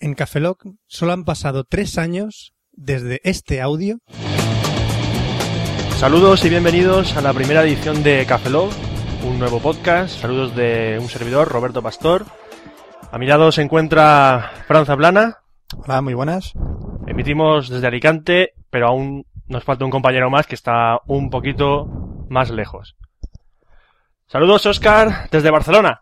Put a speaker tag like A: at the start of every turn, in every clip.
A: En Cafeloc solo han pasado tres años desde este audio.
B: Saludos y bienvenidos a la primera edición de Café Lock, un nuevo podcast. Saludos de un servidor, Roberto Pastor. A mi lado se encuentra Franza Plana.
A: Hola, muy buenas.
B: Emitimos desde Alicante, pero aún nos falta un compañero más que está un poquito más lejos. Saludos, Oscar, desde Barcelona.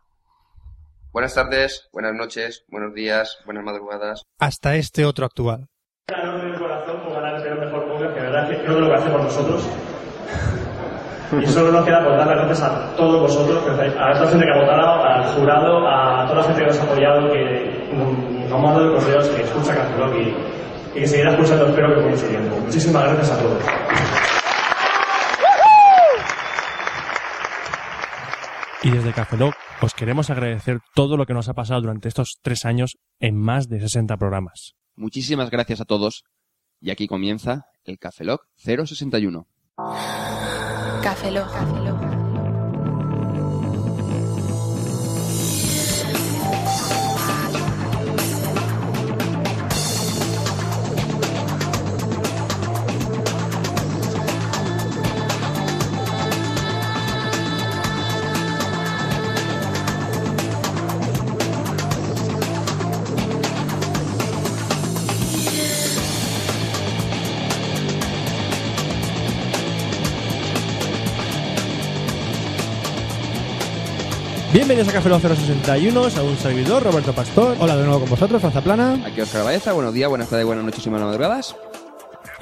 C: Buenas tardes, buenas noches, buenos días, buenas madrugadas.
A: Hasta este otro actual.
D: Ganar en el corazón o ganar en el mejor público, que la verdad es que creo que lo que hacemos nosotros. Y solo nos queda por dar las gracias a todos vosotros, que estáis- a toda la gente que ha votado, al jurado, a toda la gente que nos ha apoyado, que mm, nos nos ha mandado correos, que escucha Cafeloc y, y que seguirá escuchando, espero que por mucho tiempo. Muchísimas gracias a todos.
E: Y desde Cafeloc os queremos agradecer todo lo que nos ha pasado durante estos tres años en más de 60 programas.
C: Muchísimas gracias a todos. Y aquí comienza el Cafeloc 061.
F: Café Lock.
E: Bienvenidos a Cafeloc 061, a un servidor, Roberto Pastor.
A: Hola de nuevo con vosotros, Franza Plana.
C: Aquí Oscar Baeza, buenos días, buenas tardes, buenas noches y buenas madrugadas.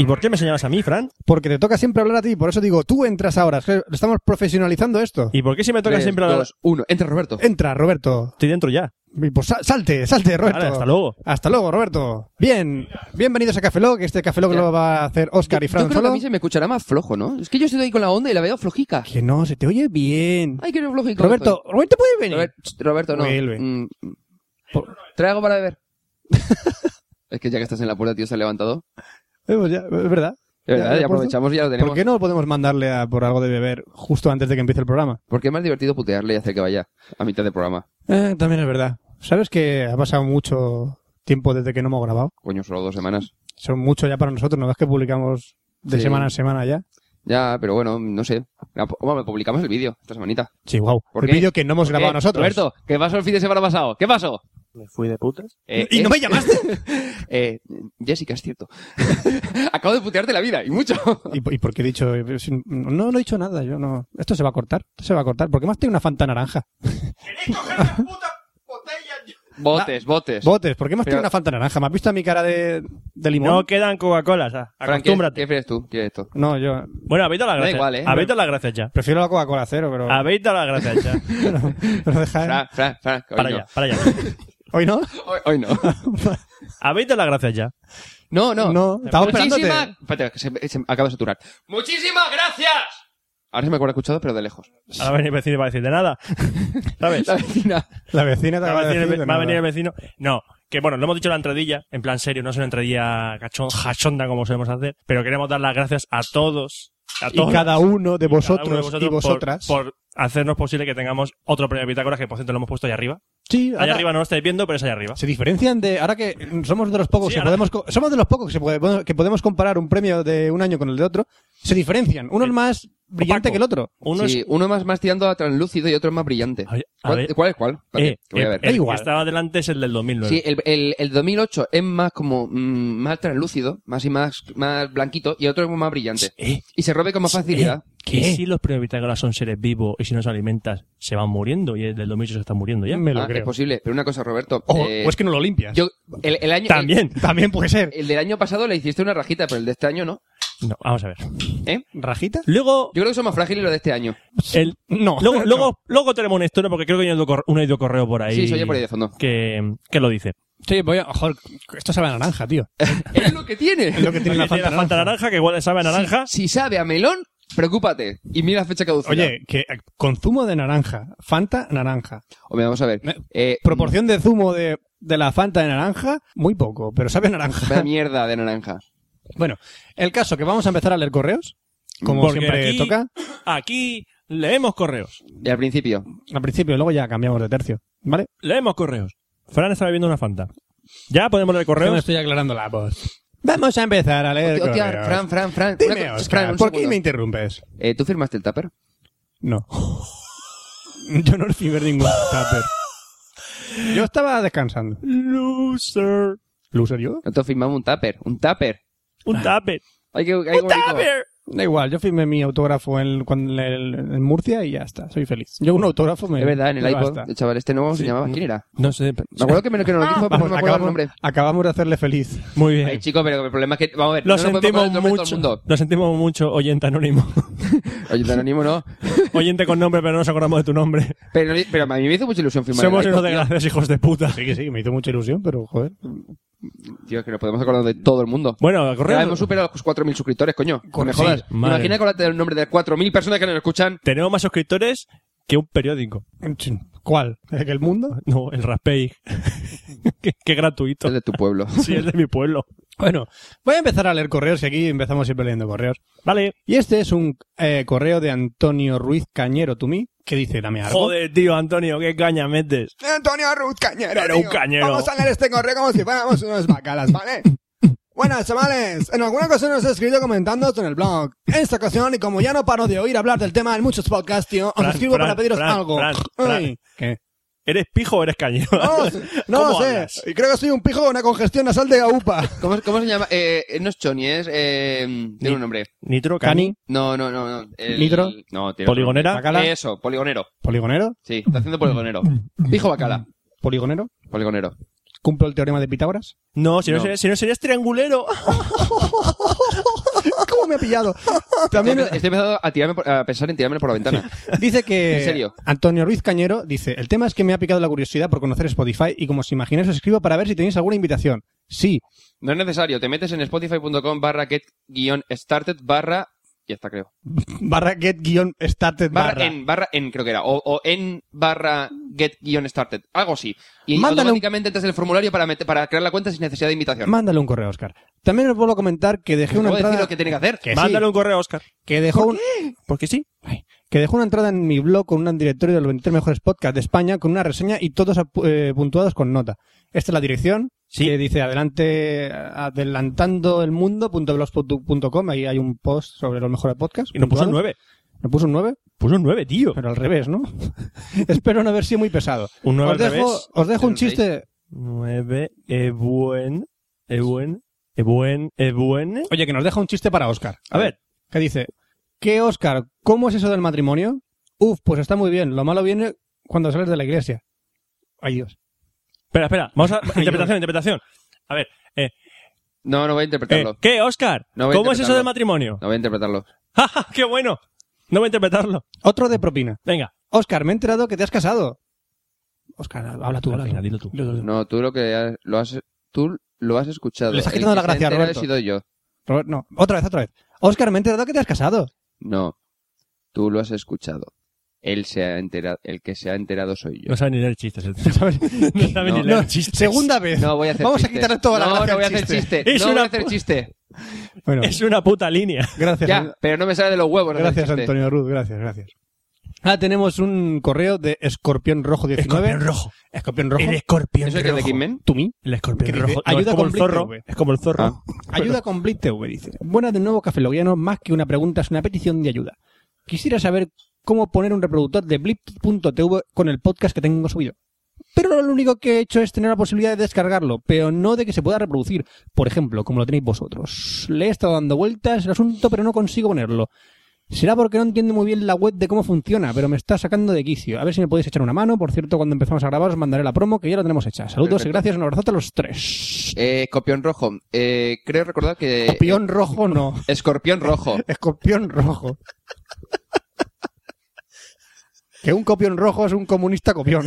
E: ¿Y por qué me señalas a mí, Fran?
A: Porque te toca siempre hablar a ti, por eso digo, tú entras ahora. es que Estamos profesionalizando esto.
E: ¿Y por qué si me toca
C: Tres,
E: siempre hablar?
C: dos, uno. Entra Roberto.
A: Entra, Roberto.
E: Estoy dentro ya.
A: Y, pues, sal- salte, salte, Roberto.
E: Ahora, hasta luego.
A: Hasta luego, Roberto. Bien, bienvenidos a Café Lock. Este Café Lock
C: Ya.
A: lo va a hacer Oscar y
C: Yo
A: Fran
C: creo que a
A: solo.
C: mí se me escuchará más flojo, ¿no? Es que yo estoy ahí con la onda y la veo flojica.
A: Que no, se te oye bien.
C: Ay, que no flojico.
A: Roberto, Roberto puede
C: estoy.
A: venir.
C: Robert- ch, Roberto, no.
A: Vuelve.
C: Mm, mm. Por- Trae algo para beber. es que ya que estás en la puerta, tío, se ha levantado.
A: Eh, pues ya, es verdad. Ya,
C: De
A: ya
C: verdad, ya
A: puesto.
C: aprovechamos y ya lo tenemos.
A: ¿Por qué no podemos mandarle a por algo de beber justo antes de que empiece el programa?
C: Porque es más divertido putearle y hacer que vaya a mitad del programa.
A: Eh, también es verdad. ¿Sabes que ha pasado mucho tiempo desde que no hemos grabado?
C: Coño, solo dos semanas.
A: Son mucho ya para nosotros, ¿no es que publicamos de
C: Sí.
A: semana en semana ya?
C: Ya, pero bueno, no sé. La- Bueno, publicamos el vídeo esta semanita.
A: Chihuahua.
C: ¿Por
A: El
C: qué?
A: vídeo que no hemos grabado
C: Eh,
A: nosotros.
C: Roberto, ¿qué pasó el fin de semana pasado? ¿Qué pasó?
E: Me fui de putas.
C: Eh,
A: ¿Y
C: eh,
A: no me llamaste?
C: eh, Jessica, es cierto. Acabo de putearte la vida, y mucho.
A: ¿Y, por- y por qué he dicho? eh, sin- No, no he dicho nada, yo no. Esto se va a cortar, esto se va a cortar. Porque más tengo una fanta naranja.
C: botes, botes.
A: Botes, ¿por qué más
C: Pero-
A: tengo una fanta naranja? ¿Me has visto a mi cara de, de limón?
E: No quedan Coca-Colas, ah,
C: Frank, ¿qué,
E: acostúmbrate.
C: ¿Qué prefieres tú? ¿Qué es esto?
A: No, yo
E: Bueno, habéis dado las
C: Da
E: gracias.
C: igual, ¿eh?
E: Habéis dado las gracias ya.
A: prefiero la Coca-Cola cero, pero,
E: Habéis dado las gracias ya.
A: pero deja- eh.
C: Fran, Fran, Fran, hoy
E: para
C: no.
E: allá, para allá.
A: ¿Hoy no?
C: Hoy, hoy no.
E: Habéis dado las gracias ya.
C: No, no.
A: No, estaba
C: Muchísimas...
A: esperándote.
C: Espérate, que se, se me acaba de saturar. ¡Muchísimas gracias! Ahora se me acuerda escuchado, pero de lejos.
E: Ahora va a venir el vecino y va a decir de nada. ¿Sabes?
C: La vecina.
A: La vecina te
E: Va a, venir el,
A: decir de
E: ve- va a
A: nada.
E: venir el vecino. No, que bueno, lo hemos dicho en la entradilla, en plan serio, no es una entradilla cachón, jachonda como solemos hacer, pero queremos dar las gracias a todos, a todos.
A: Y cada uno de vosotros,
E: uno de
A: y vosotras.
E: Por, por hacernos posible que tengamos otro premio de Pitágoras, que por cierto lo hemos puesto ahí arriba.
A: sí,
E: Allá
A: ahora-
E: arriba no lo estáis viendo, pero es allá arriba.
A: Se diferencian de. Ahora que somos de los pocos
E: Sí,
A: que
E: ahora-
A: podemos. co- Somos de los pocos que, se puede- que podemos comparar un premio de un año con el de otro. Se diferencian. Uno es
E: Sí.
A: más brillante
E: Opaco.
A: que el otro.
E: Uno
C: sí,
E: es.
C: uno más más tirando a translúcido y otro más brillante.
E: Ay, a
C: ¿Cuál,
E: ver.
C: cuál es cuál? Espérate,
E: eh,
C: que voy a
E: eh,
C: ver.
E: el
A: igual.
E: que estaba delante es el del 2009.
C: Sí, el, el, el 2008 es más como mm, más translúcido, más y más, más blanquito, y el otro es más brillante.
E: Eh,
C: Y se rompe con más facilidad.
E: eh, que si los premios de Pitágoras son seres vivos y si no se alimentas se van muriendo y el del 2008 se está muriendo ya?
A: Me lo
C: Ah, es
A: creo.
C: posible. Pero una cosa, Roberto.
A: O,
C: eh,
A: o es que no lo limpias.
C: yo, el, el año, el-
E: También.
A: También puede ser.
C: El, del año pasado le hiciste una rajita, pero el de este año no.
E: No, vamos a ver.
C: ¿Eh?
A: ¿Rajita?
E: Luego,
C: Yo creo que son más frágiles los de este año.
E: el,
A: No.
E: Luego, luego, luego tenemos una historia porque creo que hay un correo, un audio correo por ahí.
C: Sí, se oye por ahí de fondo.
E: Que, que lo dice.
A: Sí, voy a. Joder, esto sabe a naranja, tío.
C: es lo que
A: Es
C: tiene.
A: lo que tiene la
E: Tiene
A: Fanta
E: la
A: naranja.
E: Fanta naranja, que igual le sabe a naranja.
C: Si sabe a melón, preocúpate. Y mira la fecha caducidad.
A: Oye, que eh, con zumo de naranja. Fanta naranja.
C: Hombre, vamos a ver.
A: Me-
C: Eh,
A: Proporción de zumo de, de la Fanta de naranja, muy poco, pero sabe a naranja.
C: una mierda de naranja.
A: Bueno, el caso que vamos a empezar a leer correos, como
E: Porque
A: siempre
E: aquí-
A: toca.
E: Aquí leemos correos.
C: Y al principio.
A: Al principio, luego ya cambiamos de tercio. ¿Vale?
E: Leemos correos. Fran estaba bebiendo una Fanta. ¿Ya podemos leer
A: Yo me
E: correos?
A: estoy aclarando la voz. Vamos a empezar a leer
C: Hostia,
A: correos.
C: Fran, Fran, Fran.
A: Dime,
C: Una co-
A: Oscar,
C: Fran, un
A: ¿por qué
C: segundo.
A: me interrumpes?
C: Eh, ¿Tú firmaste el tupper?
A: No. Yo no recibí ningún tupper. Yo estaba descansando.
E: Loser.
A: ¿Loser yo?
C: Nosotros firmamos un tupper. Un tupper. Ah.
E: Un tupper.
C: Hay que, hay
E: Un tupper.
A: Da igual, yo firmé mi autógrafo en, cuando- en el- en Murcia y ya está, soy feliz. Yo un autógrafo me...
C: Es verdad, en el
A: me
C: iPod,
A: basta.
C: el chaval este nuevo se
A: Sí.
C: llamaba. ¿Quién era?
E: No sé. pero-
C: Me acuerdo que me, lo- que nos lo
E: Ah,
C: dijo, pero no
A: Vamos,
C: me acuerdo el
A: acabamos,
C: nombre.
A: acabamos de hacerle feliz.
E: Muy
C: Ay,
E: bien.
C: chico, pero el problema es que, vamos a ver,
E: Lo
C: no nos podemos
E: sentimos
C: poner el nombre de todo el
E: mucho.
C: mundo.
E: Lo sentimos mucho, oyente anónimo.
C: Oye, te animo, ¿no?
E: oyente con nombre, pero no nos acordamos de tu nombre.
C: Pero, pero a mí me hizo mucha ilusión firmar
E: Somos
C: el
E: unos
C: iPod, tío.
E: desgraciados hijos de puta.
A: Sí que sí, me hizo mucha ilusión, pero joder.
C: Tío, es que nos podemos acordar de todo el mundo.
E: Bueno,
C: Ya hemos
E: correos.
C: superado los 4.000 suscriptores, coño. No me
E: Sí,
C: jodas.
E: madre.
C: Imagina acordarte del nombre de 4.000 personas que nos escuchan.
E: Tenemos más suscriptores que un periódico.
A: ¿Cuál? ¿El que el mundo?
E: No, el Raspay. qué, qué gratuito.
C: Es de tu pueblo.
E: Sí, es de mi pueblo.
A: Bueno, voy a empezar a leer correos y aquí empezamos siempre leyendo correos.
E: Vale.
A: Y este es un eh, correo de Antonio Ruiz Cañero Tumí, que dice la mía.
E: Joder, tío, Antonio, qué caña metes.
G: Antonio Ruth Cañero.
E: Era un
G: tío.
E: cañero.
G: Vamos a leer este correo como si fuéramos unos bacalas, ¿vale? Buenas, chavales. En alguna ocasión os he escrito comentando esto en el blog. En esta ocasión, y como ya no paro de oír hablar del tema en muchos podcasts, tío, os
E: Fran,
G: escribo
E: Fran,
G: para pediros
E: Fran,
G: algo.
E: Fran, Fran.
G: Ay,
E: ¿Eres pijo o eres cañero?
G: No,
C: ¡Oh!
G: no
E: ¿Cómo
G: lo sé.
E: hablas?
G: Y creo que soy un pijo con una congestión nasal de aupa.
C: ¿Cómo, cómo se llama? Eh, eh, no es Choni, es... Eh, tiene un nombre.
E: Nitro,
A: Cani,
C: No, no, no. no. El-
A: ¿Nitro?
C: No, tiene otro
E: Poligonera.
A: Bacala,
C: nombre. Eso, poligonero.
A: poligonero,
C: Sí, está haciendo poligonero.
A: Mm,
C: Pijo Bacala.
A: poligonero.
C: Poligonero.
A: ¿Cumplo el teorema de Pitágoras?
E: No, si no,
C: No.
E: Serías, si no serías triangulero.
G: Ah,
A: ¿Cómo me ha pillado?
C: También
A: También eh,
C: estoy empezando a, tirarme por- a pensar en tirármelo por la ventana.
A: dice que
C: ¿En serio?
A: Antonio Ruiz Cañero dice, el tema es que me ha picado la curiosidad por conocer Spotify y como os imagináis os escribo para ver si tenéis alguna invitación. Sí,
C: No es necesario. Te metes en spotify.com barra get-started barra... Ya está, creo.
A: barra get-started
C: Barra,
A: barra.
C: en, barra en, creo que era. O, o en barra get-started. Algo así. Y
A: Mándale un-
C: automáticamente entras en el formulario para, meter- para crear la cuenta sin necesidad de invitación.
A: Mándale un correo, Oscar. También os vuelvo a comentar que dejé una
C: ¿Puedo decir
A: entrada...
C: lo que tiene que hacer?
A: Que sí,
E: Mándale un correo a Oscar.
A: que dejó un-
E: Porque sí.
A: que dejó una entrada en mi blog con un directorio de los 23 mejores podcasts de España con una reseña y todos apu- eh, puntuados con nota. Esta es la dirección
E: Sí.
A: que dice adelante adelantando el mundo.blogspot.com ahí hay un post sobre los mejores podcasts.
E: Y nos puso un
A: puntuados.
E: 9.
A: Me puso un 9,
E: Puso un 9, tío.
A: pero al revés, ¿no? Espero no haber sido muy pesado.
E: Un 9
A: Os
E: al
A: dejo,
E: revés.
A: os dejo un
C: Un seis.
A: chiste.
E: 9, es eh, buen, es buen, es buen, es buen.
A: Oye, que nos deja un chiste para Oscar.
E: A ver.
A: Que dice, ¿qué Oscar? ¿Cómo es eso del matrimonio? Uf, pues está muy bien. Lo malo viene cuando sales de la iglesia. Ay Dios.
E: Espera, espera. Vamos a... Interpretación, interpretación. A ver. Eh,
C: No, no voy a
E: eh,
C: interpretarlo.
E: ¿Qué, Oscar?
C: No voy a
E: ¿Cómo es eso
C: interpretarlo.
E: del matrimonio?
C: No voy a interpretarlo.
E: ¡Ja, ja! qué bueno! No voy a interpretarlo.
A: Otro de propina.
E: Venga.
A: Oscar, me he enterado que te has casado. Oscar, habla tú, habla
E: Venga,
A: tú.
E: dilo tú.
C: No, tú lo que has, lo has, tú lo has escuchado.
A: Le estás
C: El
A: quitando la
C: que se
A: gracia a
C: entera
A: Roberto.
C: He sido yo.
A: Robert, no, otra vez, otra vez. Oscar, me he enterado que te has casado.
C: No, tú lo has escuchado. Él se ha enterado, el que se ha enterado soy yo.
E: No sabe ni leer chistes. el tío. No sabe ni
C: No.
E: leer
A: No,
E: chistes.
A: Segunda vez.
C: No voy a hacer
A: Vamos a
C: chistes.
A: quitarle toda la
C: No,
A: gracia
C: no voy a
A: al
C: hacer chiste.
E: Es
C: No voy
E: una
C: a hacer
E: pu-
C: chiste.
A: Bueno,
E: Es una puta línea.
A: gracias.
C: Ya, pero no me sale de los huevos. hacer
A: Gracias,
C: chiste.
A: Antonio Ruth, gracias, gracias. Ah, tenemos un correo de Escorpión Rojo 19.
E: Escorpión rojo.
A: Escorpión Rojo.
E: El escorpión
C: ¿Eso es que es de
E: rojo.
C: Kidman?
A: ¿Tú mí?
E: El
A: Que
E: escorpión
A: dice,
E: rojo. No,
A: ayuda
E: es como el
A: completa,
E: zorro.
A: güey.
E: Es como el zorro.
C: Ah.
A: Ayuda con Blitz TV, dice. Buenas de nuevo, cafeloguianos. Más que una pregunta, es una petición de ayuda. Quisiera saber cómo poner un reproductor de Blitz.tv con el podcast que tengo subido. Pero lo único que he hecho es tener la posibilidad de descargarlo, pero no de que se pueda reproducir, por ejemplo, como lo tenéis vosotros. Le he estado dando vueltas el asunto, pero no consigo ponerlo. Será porque no entiendo muy bien la web de cómo funciona, pero me está sacando de quicio. A ver si me podéis echar una mano. Por cierto, cuando empezamos a grabar os mandaré la promo, que ya la tenemos hecha. Saludos y
C: Perfecto.
A: gracias, un abrazote a los tres.
C: Eh, escorpión rojo. Eh, creo recordar que.
A: Escorpión rojo no.
C: Escorpión rojo.
A: Escorpión rojo. Que un copión rojo es un comunista copión.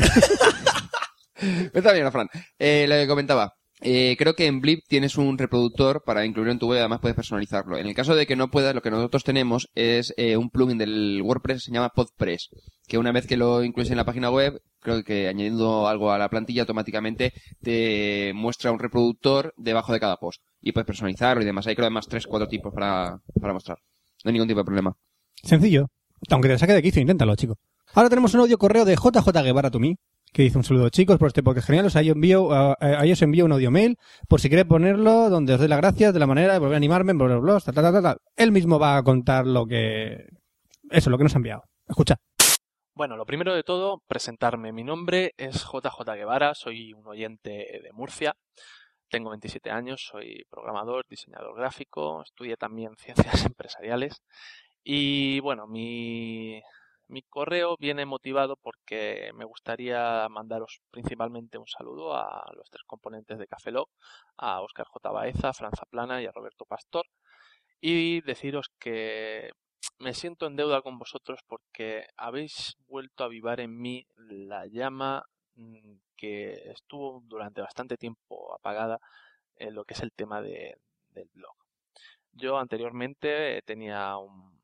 C: Está bien, Fran. Eh, lo que comentaba. Eh, creo que en Blip tienes un reproductor para incluirlo en tu web, además puedes personalizarlo. En el caso de que no puedas, lo que nosotros tenemos es eh, un plugin del WordPress que se llama PodPress, que una vez que lo incluyes en la página web, creo que añadiendo algo a la plantilla automáticamente te muestra un reproductor debajo de cada post. Y puedes personalizarlo y demás. Hay creo además tres, cuatro tipos para, para mostrar. No hay ningún tipo de problema.
A: Sencillo. Aunque te saque de quicio, inténtalo, chico. Ahora tenemos un audio correo de JJ Guevara Tumí, que dice un saludo chicos por este podcast genial. O sea, yo envío, a, a- ahí os envío un audio mail por si queréis ponerlo, donde os doy las gracias de la manera de volver a animarme, bla, bla, bla, tal, tal, tal, tal. Él mismo va a contar lo que... Eso, lo que nos ha enviado. Escucha.
H: Bueno, lo primero de todo, presentarme. Mi nombre es JJ Guevara, soy un oyente de Murcia. Tengo 27 años, soy programador, diseñador gráfico, estudié también ciencias empresariales. Y bueno, mi, mi correo viene motivado porque me gustaría mandaros principalmente un saludo a los tres componentes de Café Lock, a Óscar J. Baeza, a Franza Plana y a Roberto Pastor. Y deciros que me siento en deuda con vosotros porque habéis vuelto a avivar en mí la llama mm, que estuvo durante bastante tiempo apagada en lo que es el tema de- del blog. Yo anteriormente eh, tenía un,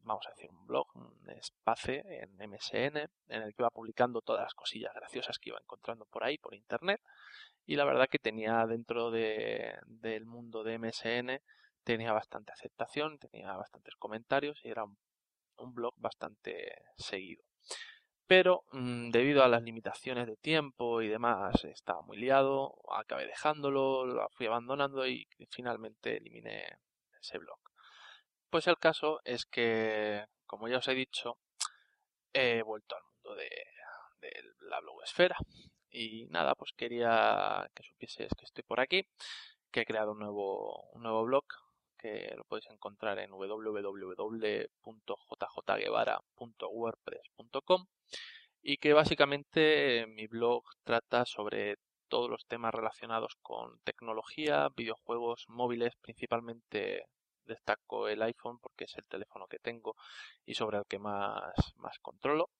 H: vamos a decir, un blog, un espacio en MSN en el que iba publicando todas las cosillas graciosas que iba encontrando por ahí, por internet. Y la verdad que tenía dentro de- del mundo de MSN tenía bastante aceptación, tenía bastantes comentarios y era un, un blog bastante seguido. Pero mm, debido a las limitaciones de tiempo y demás, estaba muy liado, acabé dejándolo, lo fui abandonando y finalmente eliminé ese blog. Pues el caso es que, como ya os he dicho, he vuelto al mundo de, de la blogosfera. Y nada, pues quería que supieses que estoy por aquí, que he creado un nuevo, un nuevo blog que lo podéis encontrar en www.jjguevara.wordpress.com y que básicamente eh, mi blog trata sobre todos los temas relacionados con tecnología, videojuegos, móviles, principalmente destaco el iPhone porque es el teléfono que tengo y sobre el que más, más controlo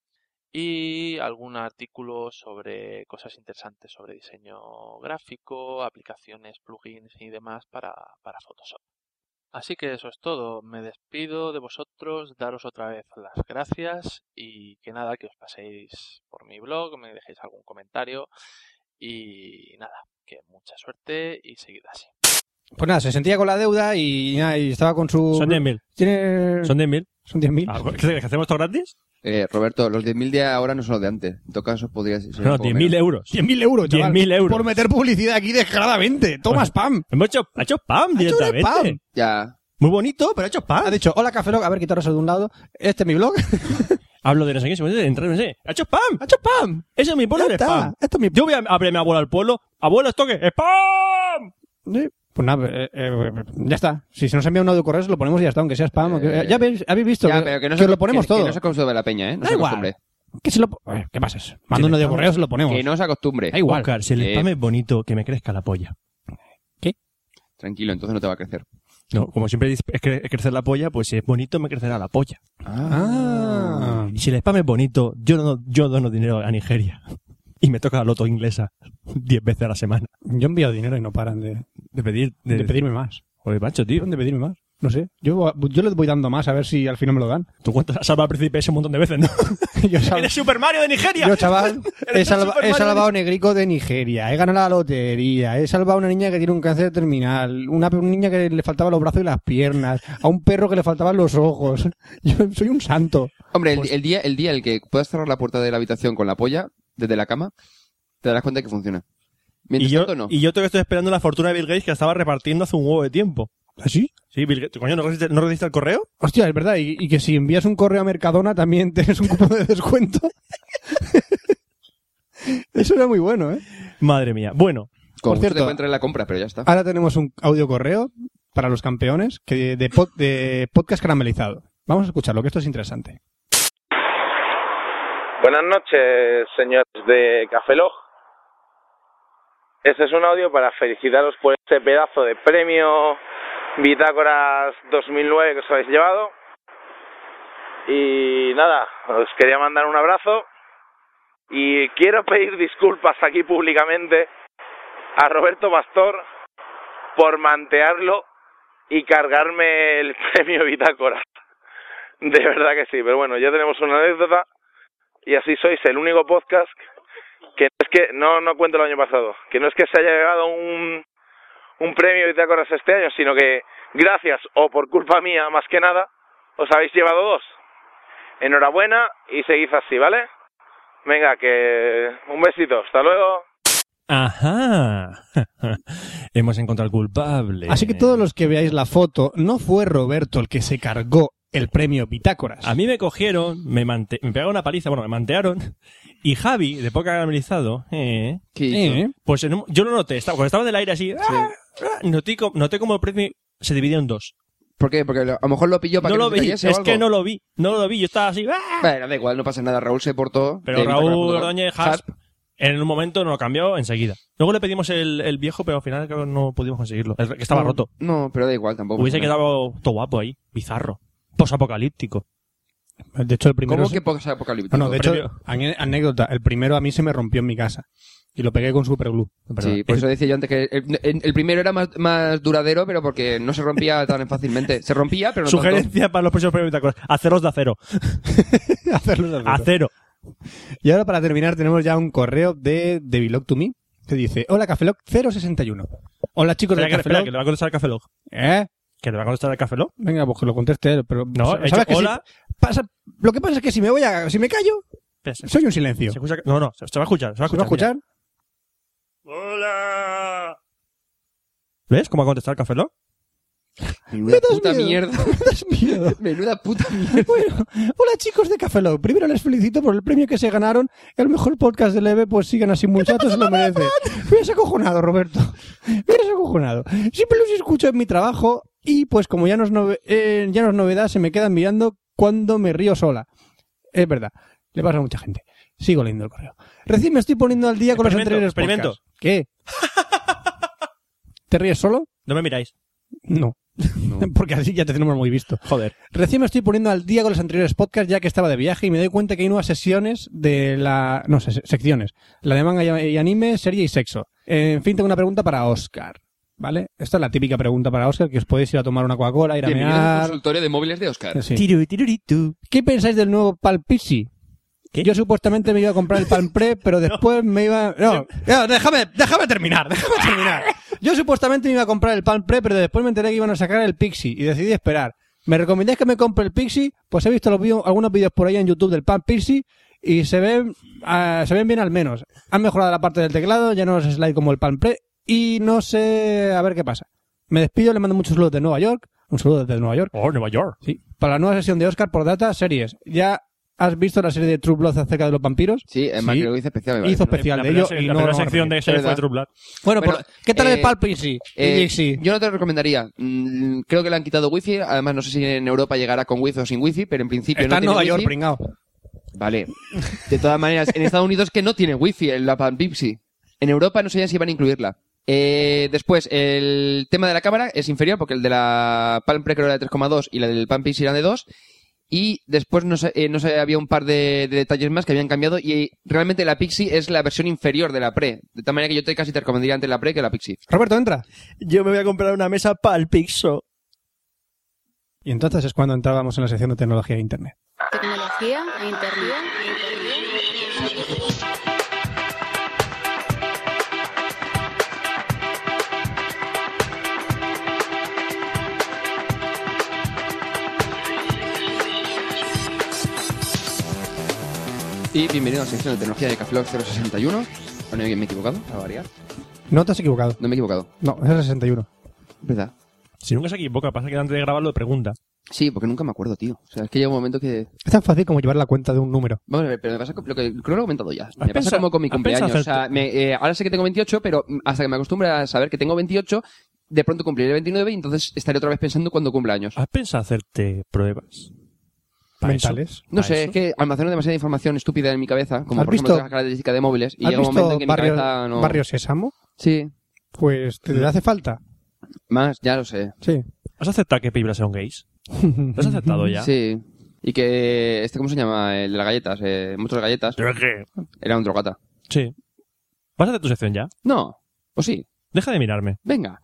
H: y algún artículo sobre cosas interesantes sobre diseño gráfico, aplicaciones, plugins y demás para, para Photoshop. Así que eso es todo. Me despido de vosotros, daros otra vez las gracias y que nada, que os paséis por mi blog, me dejéis algún comentario y nada, que mucha suerte y seguid así.
A: Pues nada, se sentía con la deuda y, nada, y estaba con su...
E: Son 10.000.
A: Tiene...
E: Son 10.000.
A: son 10.000.
E: Ah, ¿qué- ¿Que hacemos todo gratis?
C: Eh, Roberto, los 10.000 de ahora no son los de antes. En todo caso, podría ser. un
E: No,
C: poco
E: 10.000
C: menos.
E: euros.
A: 10.000 euros, chaval.
E: 10.000 euros.
A: Por meter publicidad aquí descaradamente. Toma
E: Bueno.
A: spam.
E: Hemos hecho, ha hecho spam
A: Ha hecho un
E: directamente.
A: spam.
C: Ya.
E: Muy bonito, pero ha hecho
A: Ha
E: spam.
A: dicho, hola Café Lock. a ver, quitar eso de un lado. Este es mi blog.
E: Hablo de no sé qué, se puede entrar, no sé. Ha hecho spam.
A: ¡Ha hecho spam!
E: Eso me
A: Ya
E: pone
A: está.
E: spam.
A: Esto es mi...
E: Yo voy a abrir a mi abuelo al pueblo. Abuelo, esto que spam.
A: Eh, Pues nada, eh, eh, ya está. Si se nos envía un audio correo, se lo ponemos y ya está, aunque sea spam. aunque-
C: Eh,
A: ya habéis, habéis visto
C: Ya,
A: que,
C: pero que no
A: que
C: se-
A: os lo ponemos
C: que-
A: todo.
C: Que no se acostumbre la peña, ¿eh? No
A: Da
C: se
A: igual.
C: acostumbre.
A: Que se lo... a ver, ¿Qué pasas? Manda un audio correo, se lo ponemos.
C: Que no se acostumbre.
A: Da igual.
E: Oscar, si el
C: Eh.
E: spam es bonito, que me crezca la polla.
C: Tranquilo, entonces no te va a crecer.
E: No, como siempre dice, es cre- es crecer la polla, pues si es bonito, me crecerá la polla.
A: Ah.
E: Y si el spam es bonito, yo, dono- yo dono dinero a Nigeria. Y me toca la loto inglesa 10 veces a la semana.
A: Yo envío dinero y no paran de,
E: De pedir.
A: de pedirme más.
E: Oye, macho, tío.
A: ¿Dónde pedirme más? No sé. Yo, yo les voy dando más a ver si al final me lo dan.
E: Tú cuentas a Salva al Príncipe ese un montón de veces, ¿no?
A: Yo, sal-
E: ¡Eres Super Mario de Nigeria!
A: yo, chaval, he,
E: Eres
A: salva-
E: un Super
A: he
E: Mario
A: salvado a Negrico de Nigeria. He ganado la lotería. He salvado a una niña que tiene un cáncer terminal. Una pe- niña que le faltaban los brazos y las piernas. A un perro que le faltaban los ojos. Yo soy un santo.
C: Hombre, el,
A: Pues-
C: el día el día en el que puedas cerrar la puerta de la habitación con la polla, desde la cama, te darás cuenta que funciona.
E: y
C: Mientras
E: yo,
C: tanto, no.
E: y yo todavía estoy esperando la fortuna de Bill Gates que la estaba repartiendo hace un huevo de tiempo.
A: ¿Así?
E: Sí, Bill Gates. Coño, ¿no recibiste, no recibiste el correo?
A: Hostia, es verdad. Y, y que si envías un correo a Mercadona también tienes un cupo de descuento. Eso era muy bueno, ¿eh?
E: Madre mía. Bueno,
A: por
C: Como mucho
A: cierto-
C: te pueden traer la compra, pero ya está.
E: Ah,
A: Ahora tenemos un audio correo para los campeones que de, de pod- de podcast caramelizado. Vamos a escucharlo, que esto es interesante.
I: Buenas noches, señores de Café Log. Este es un audio para felicitaros por este pedazo de premio Bitácoras 2009 que os habéis llevado. Y nada, os quería mandar un abrazo. Y quiero pedir disculpas aquí públicamente a Roberto Pastor por mantearlo y cargarme el premio Bitácoras. De verdad que sí, pero bueno, ya tenemos una anécdota y así sois el único podcast que no es que no no cuento el año pasado que no es que se haya llegado un un premio de Bitácoras este año sino que gracias o por culpa mía más que nada os habéis llevado dos enhorabuena y seguid así vale Venga, que un besito, hasta luego.
E: Ajá. Hemos encontrado al culpable.
A: Así que todos los que veáis la foto, no fue Roberto el que se cargó el premio Bitácoras.
E: A mí me cogieron, me, mante- me pegaron una paliza, bueno, me mantearon. Y Javi, de poco caramelizado, eh,
C: ¿Qué hizo?
A: Eh,
E: pues en un- yo lo noté. Estaba, cuando estaba en el aire así, ¡ah! ¡ah! noté, co- noté como el premio se dividía en dos.
C: ¿Por qué? Porque lo- a lo mejor lo pilló para
E: No
C: que
E: lo
C: se
E: vi,
C: cayese o
E: es que
C: algo.
E: no lo vi. No lo vi, yo estaba así. ¡ah!
C: Bueno, da igual, no pasa nada. Raúl se portó.
E: Pero
C: de
E: Raúl
C: bitácora.com.
E: Ordóñez Hasp en un momento nos lo cambió enseguida. Luego le pedimos el, el viejo, pero al final creo que no pudimos conseguirlo. El que estaba
C: No,
E: roto.
C: No, pero da igual tampoco.
E: Hubiese quedado todo guapo ahí, bizarro, posapocalíptico.
A: De hecho, el primero...
C: ¿Cómo
A: se- Ah,
C: que pocas apocalíptico?
A: No, no, de hecho,
E: Premio.
A: ane- anécdota, el primero a mí se me rompió en mi casa. Y lo pegué con superglue.
C: Sí, por eso decía yo antes que el, el- el primero era más, más duradero, pero porque no se rompía tan fácilmente. Se rompía, pero no tanto.
E: Sugerencia para los próximos premios de Bitácoras, haceros de acero,
A: Hacerlo de acero.
E: acero.
A: Y ahora para terminar tenemos ya un correo de, de Belong to Me que dice, hola Cafeloc 061. Hola chicos
E: Espera,
A: de
E: que, espera,
A: Cafeloc.
E: que le va a contestar el Café Log.
A: ¿Eh?
E: Que le va a contestar el Café Log.
A: Venga, pues que lo conteste él, pero
E: No, he
A: ¿sabes
E: hecho
A: que si-
E: hola.
A: pasa- lo que pasa es que si me voy a si me callo,
E: Espera, se-
A: soy un silencio.
E: se escucha- no, no, se, se va a escuchar, se va a
A: ¿Se va a
E: escuchar. mira.
A: escuchar?
E: ¡Hola! ¿Ves cómo ha contestado el Café Log?
C: Menuda
A: das
C: puta
A: miedo.
C: mierda.
A: Das miedo.
C: Menuda puta mierda.
A: Bueno, hola chicos de Cafeloc. Primero les felicito por el premio que se ganaron. El mejor podcast de Leve, pues sigan así muchachos, se lo merece. Me has acojonado, Roberto. Me has acojonado. Siempre los escucho en mi trabajo y pues como ya no es, nove- eh, ya no es novedad, se me quedan mirando cuando me río sola. Es verdad, le pasa a mucha gente. Sigo leyendo el correo. Recién me estoy poniendo al día con los
E: Experimento,
A: anteriores
E: experimento.
A: podcasts. ¿Qué? ¿Te ríes solo?
E: No me miráis.
A: No. Porque así ya te tenemos muy visto. Joder. Recién me estoy poniendo al día con los anteriores podcasts ya que estaba de viaje y me doy cuenta que hay nuevas sesiones de la... No, se- secciones. La de manga y y anime, serie y sexo. En fin, tengo una pregunta para Oscar. ¿Vale? Esta es la típica pregunta para Oscar, que os podéis ir a tomar una Coca-Cola, ir a
C: Bienvenido al
A: mear...
C: consultorio de móviles de Oscar.
A: Sí.
E: Tiru, tiruritu.
A: ¿Qué pensáis del nuevo Palpixi?
E: ¿Qué?
A: Yo supuestamente me iba a comprar el Palpre, pero después me iba... No, no, déjame, déjame terminar, déjame terminar. Yo supuestamente me iba a comprar el Palpre, pero después me enteré que iban a sacar el Pixie y decidí esperar. ¿Me recomendáis que me compre el Pixie? Pues he visto los vídeos- algunos vídeos por ahí en YouTube del Palpixi y se ven, ah, se ven bien al menos. Han mejorado la parte del teclado, ya no es slide como el Palpre y no sé... A ver qué pasa. Me despido, le mando muchos saludos de Nueva York. Un saludo desde Nueva York.
E: Oh, Nueva York.
A: Sí. Para la nueva sesión de Oscar por data, series. ¿Ya has visto la serie de True Blood acerca de los vampiros?
C: Sí, además
A: Sí.
C: creo que hice especial. me parece,
A: Hizo
C: ¿no?
A: especial
E: la
A: de
E: primera
A: ello
E: se-
A: y
E: la
A: no.
E: primera
A: no me
E: sección
A: refiero.
E: de serie fue
C: ¿Verdad?
E: True Blood.
A: Bueno,
C: Bueno,
A: por- ¿qué tal
C: eh,
A: el Palpinsi?
C: Eh,
A: Y Jixi.
C: Yo no te lo recomendaría. Mm, creo que le han quitado wifi. Además, no sé si en Europa llegará con wifi o sin wifi, pero en principio
A: Está
C: no
A: en
C: tiene
A: Nueva
C: wifi.
A: York, pringao.
C: Vale. De todas maneras, en Estados Unidos que no tiene wifi, el- la Pipsi. En Europa no sé ya si van a incluirla. Eh, después, el tema de la cámara es inferior porque el de la Palm Pre creo que era de 3,2 y la del Palm Pixie era de 2. Y después no sé, eh, no sé, había un par de, de detalles más que habían cambiado y realmente la Pixie es la versión inferior de la Pre. De tal manera que yo te casi te recomendaría antes la Pre que la Pixie.
A: Roberto, entra.
E: Yo me voy a comprar una mesa pal Pixo.
A: Y entonces es cuando entrábamos en la sección de tecnología e internet.
F: Tecnología e internet.
C: Y bienvenido a la sección de tecnología de Caflog 061. Ah, No, me he equivocado, para variar.
A: No te has equivocado.
C: No me he equivocado,
A: No, es el 61.
C: ¿verdad?
E: Si nunca se equivoca, pasa que antes de grabarlo le pregunta.
C: Sí, porque nunca me acuerdo, tío. O sea, es que llega un momento que...
A: Es tan fácil como llevar la cuenta de un número.
C: Vamos a ver, pero me pasa con- lo que creo que lo he comentado ya. Me pasa
E: pensado-
C: como con mi
E: has pensado
C: cumpleaños. O sea,
E: hacerte-
C: me- eh, ahora sé que tengo 28, pero mm, hasta que me acostumbre a saber que tengo 28, de pronto cumpliré 29 y entonces estaré otra vez pensando cuando cumpla años.
E: ¿Has pensado hacerte pruebas? ¿Para eso?
A: Mentales.
C: No
E: ¿Para
C: sé,
E: eso?
C: es que almaceno demasiada información estúpida en mi cabeza, como
A: ¿Has
C: por ejemplo
A: visto-
C: las características de móviles, y
A: ¿Has
C: llega un momento en
A: visto
C: que mi
A: barrio,
C: cabeza no...
A: barrio Sésamo?
C: Sí,
A: Pues te hace falta.
C: más, ya lo sé.
A: Sí.
E: ¿Has aceptado que Pibra sea un gays? ¿Lo has aceptado ya?
C: Sí. Y que... este ¿Cómo se llama? El de las galletas. Eh, muchas galletas. Era un drogata.
E: Sí. ¿Vas a hacer tu sección ya?
C: No. ¿O sí?
E: Deja de mirarme.
C: Venga.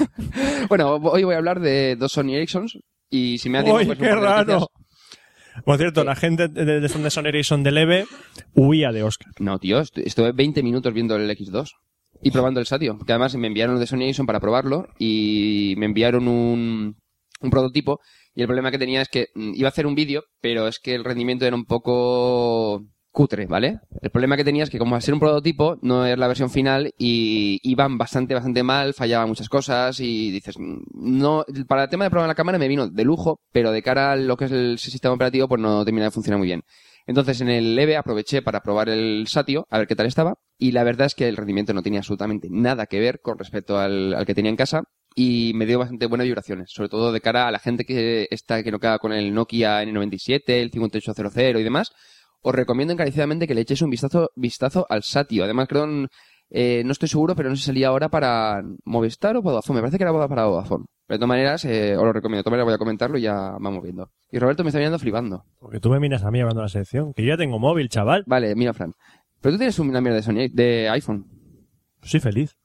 C: bueno, hoy voy a hablar de dos Sony Ericssons y si me da tiempo...
E: ¡Uy,
C: pues, un
E: qué
C: par de noticias.
E: raro! Por cierto, la gente de, de, de Sony Ericsson de Leve huía de Oscar.
C: No, tío, estu- estuve 20 minutos viendo el X2 y probando el Satio. Que además me enviaron los de Sony Ericsson para probarlo y me enviaron un, un prototipo. Y el problema que tenía es que mm, iba a hacer un vídeo, pero es que el rendimiento era un poco cutre, ¿vale? El problema que tenía es que como al ser un prototipo, no es la versión final y iban bastante, bastante mal, fallaban muchas cosas y dices, mm, no, para el tema de programa de la cámara me vino de lujo, pero de cara a lo que es el sistema operativo, pues no termina de funcionar muy bien. Entonces en el leve E aproveché para probar el Satio, a ver qué tal estaba, y la verdad es que el rendimiento no tenía absolutamente nada que ver con respecto al, al que tenía en casa, y me dio bastante buenas vibraciones, sobre todo de cara a la gente que está que no queda con el Nokia N97, el 5800 y demás. Os recomiendo encarecidamente que le echéis un vistazo, vistazo al Satio. Además, creo, en- eh, no estoy seguro, pero no sé si salía ahora para Movistar o Vodafone. Me parece que era Voda- para Vodafone. Pero de todas maneras, eh, os lo recomiendo. De todas maneras, voy a comentarlo y ya vamos viendo. Y Roberto me está mirando flipando.
E: Porque tú me miras a mí hablando de la selección. Que yo ya tengo móvil, chaval.
C: Vale, mira, Fran. Pero tú tienes una mierda de, Sony, de iPhone.
E: Soy feliz.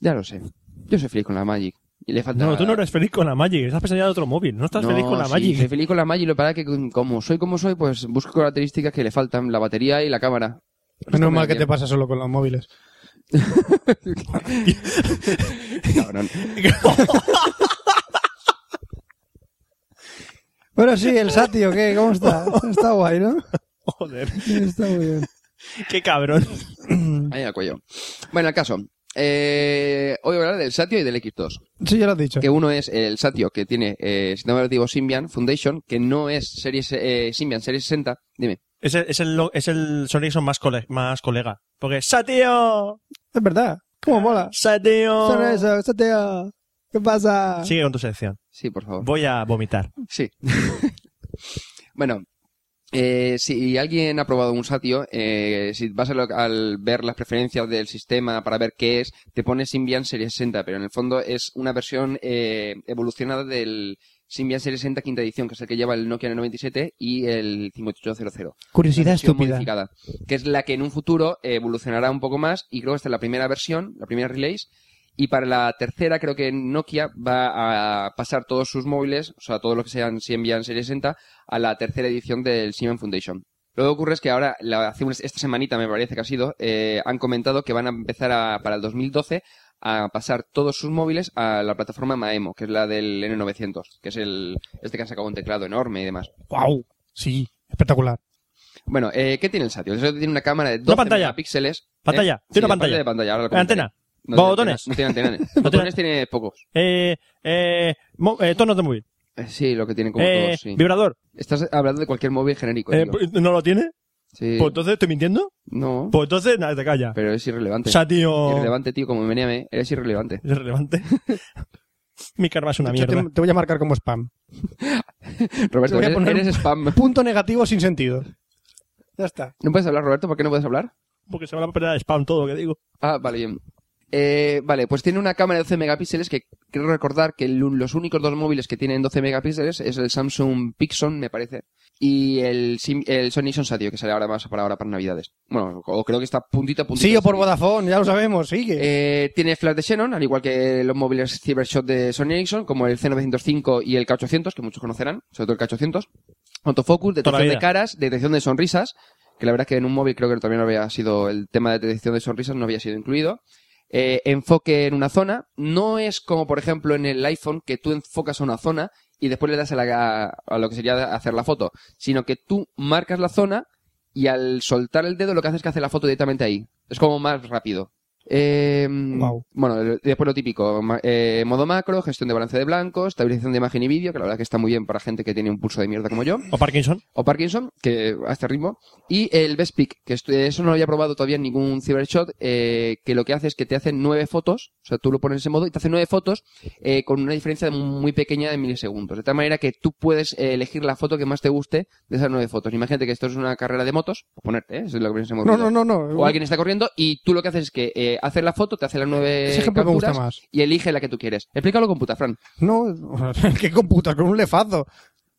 C: Ya lo sé. Yo soy feliz con la Magic. Y le falta...
E: No, tú no eres feliz con la Magic. Estás pensando ya en otro móvil. No estás
C: No,
E: feliz con la
C: sí,
E: Magic.
C: Soy feliz con la Magic, lo que pasa es que como soy como soy, pues busco características que le faltan, la batería y la cámara.
G: Menos mal que te pasa solo con los móviles.
C: Cabrón.
E: Oh,
G: Bueno, sí, el Satio, ¿qué? ¿Cómo está? Está guay, ¿no?
E: Joder,
G: Está muy bien.
E: qué cabrón.
C: Ahí al cuello. Bueno, el caso. Eh, hoy voy a hablar del Satio y del X2.
G: Sí, ya lo has dicho.
C: Que uno es el Satio, que tiene eh, sistema operativo Symbian Foundation, que no es series, eh, Symbian Series 60. Dime.
E: Es el, es el, lo- es el Sony Ericsson más, cole- más colega. Porque, ¡Satio!
G: Es verdad. ¿Cómo mola?
E: ¡Satio!
G: Son eso, Satio. ¿Qué pasa?
E: Sigue con tu selección.
C: Sí, por favor.
E: Voy a vomitar.
C: Sí. bueno, eh, si alguien ha probado un Satio, eh, si vas a lo- al ver las preferencias del sistema para ver qué es, te pone Symbian Series 60, pero en el fondo es una versión eh, evolucionada del Symbian Series 60 quinta edición, que es el que lleva el Nokia 97 y el 5800
A: Curiosidad
C: versión
A: estúpida.
C: modificada, que es la que en un futuro evolucionará un poco más y creo que esta es la primera versión, la primera release. Y para la tercera creo que Nokia va a pasar todos sus móviles, o sea, todo lo que sean si envían Serie 60, a la tercera edición del Siemens Foundation. Lo que ocurre es que ahora, la, hace unas- esta semanita me parece que ha sido, eh, han comentado que van a empezar a- para el 2012 a pasar todos sus móviles a la plataforma Maemo, que es la del N900, que es el este que han sacado un teclado enorme y demás.
G: ¡Wow! Sí, espectacular.
C: Bueno, eh, ¿qué tiene el Satio? El Satio tiene una cámara de 12
E: pantalla.
C: megapíxeles.
E: Pantalla. Tiene
C: Eh,
E: una
C: aparte
E: pantalla.
C: de pantalla, ahora lo comentaré.
E: Antena.
C: No tiene antenas,
E: Botones.
C: no tiene antenas. Botones tiene pocos.
E: Eh, eh, mo- eh, tonos de móvil.
C: Eh, Sí, lo que tiene como
E: Eh,
C: todos, sí.
E: Vibrador.
C: Estás hablando de cualquier móvil genérico.
E: Eh,
C: tío.
E: pues, ¿No lo tiene?
C: Sí.
E: Pues entonces, ¿estoy mintiendo?
C: No,
E: Pues entonces, nada, te calla.
C: pero es irrelevante.
E: Satio.
C: Irrelevante, tío, como venía me, eres irrelevante.
E: Es relevante. Mi karma es una
G: De hecho,
E: mierda.
G: Te, te voy a marcar como spam. Te
C: Roberto,
G: voy a
C: eres,
G: poner
C: eres spam.
G: Punto negativo sin sentido. Ya está.
C: ¿No puedes hablar, Roberto? ¿Por qué no puedes hablar?
E: Porque se me va a perder spam todo lo que digo.
C: Ah, vale, bien. Eh, vale, pues tiene una cámara de 12 megapíxeles que quiero recordar que el- los únicos dos móviles que tienen 12 megapíxeles es el Samsung Pixon, me parece, y el, Sim- el Sony Ericsson Satio, que sale ahora más para ahora para Navidades. Bueno, o creo que está puntito a puntito.
G: Sí,
C: de
G: o por
C: salir.
G: Vodafone, ya lo sabemos, sigue.
C: Eh, tiene flash de Xenon, al igual que los móviles Cybershot de Sony Ericsson, como el C905 y el K800, que muchos conocerán, sobre todo el K800. Autofocus,
E: Toda la
C: detección de
E: vida.
C: caras, detección de sonrisas, que la verdad es que en un móvil creo que también no había sido, el tema de detección de sonrisas no había sido incluido. Eh, enfoque en una zona, no es como por ejemplo en el iPhone que tú enfocas a una zona y después le das a, la- a- a lo que sería hacer la foto, sino que tú marcas la zona y al soltar el dedo lo que haces es que hace la foto directamente ahí. Es como más rápido. Eh,
G: Guau.
C: Bueno, el- después lo típico, ma- eh, modo macro, gestión de balance de blancos, estabilización de imagen y vídeo, que la verdad que está muy bien para gente que tiene un pulso de mierda como yo
E: ¿O Parkinson?
C: o Parkinson, que a este ritmo, y el Best Pick, que esto- eso no lo había probado todavía en ningún Cybershot, eh, que lo que hace es que te hacen nueve fotos, o sea, tú lo pones en ese modo y te hace nueve fotos eh, con una diferencia muy pequeña de milisegundos, de tal manera que tú puedes eh, elegir la foto que más te guste de esas nueve fotos. Imagínate que esto es una carrera de motos, ponerte, ¿eh? eso es lo que pensamos.
G: No, no, no, no.
C: O alguien está corriendo y tú lo que haces es que eh, haces la foto, te hace las nueve
G: Ese ejemplo me gusta
C: capturas
G: más.
C: y elige la que tú quieres. Explícalo con puta, Fran.
G: No, que computa con un lefazo.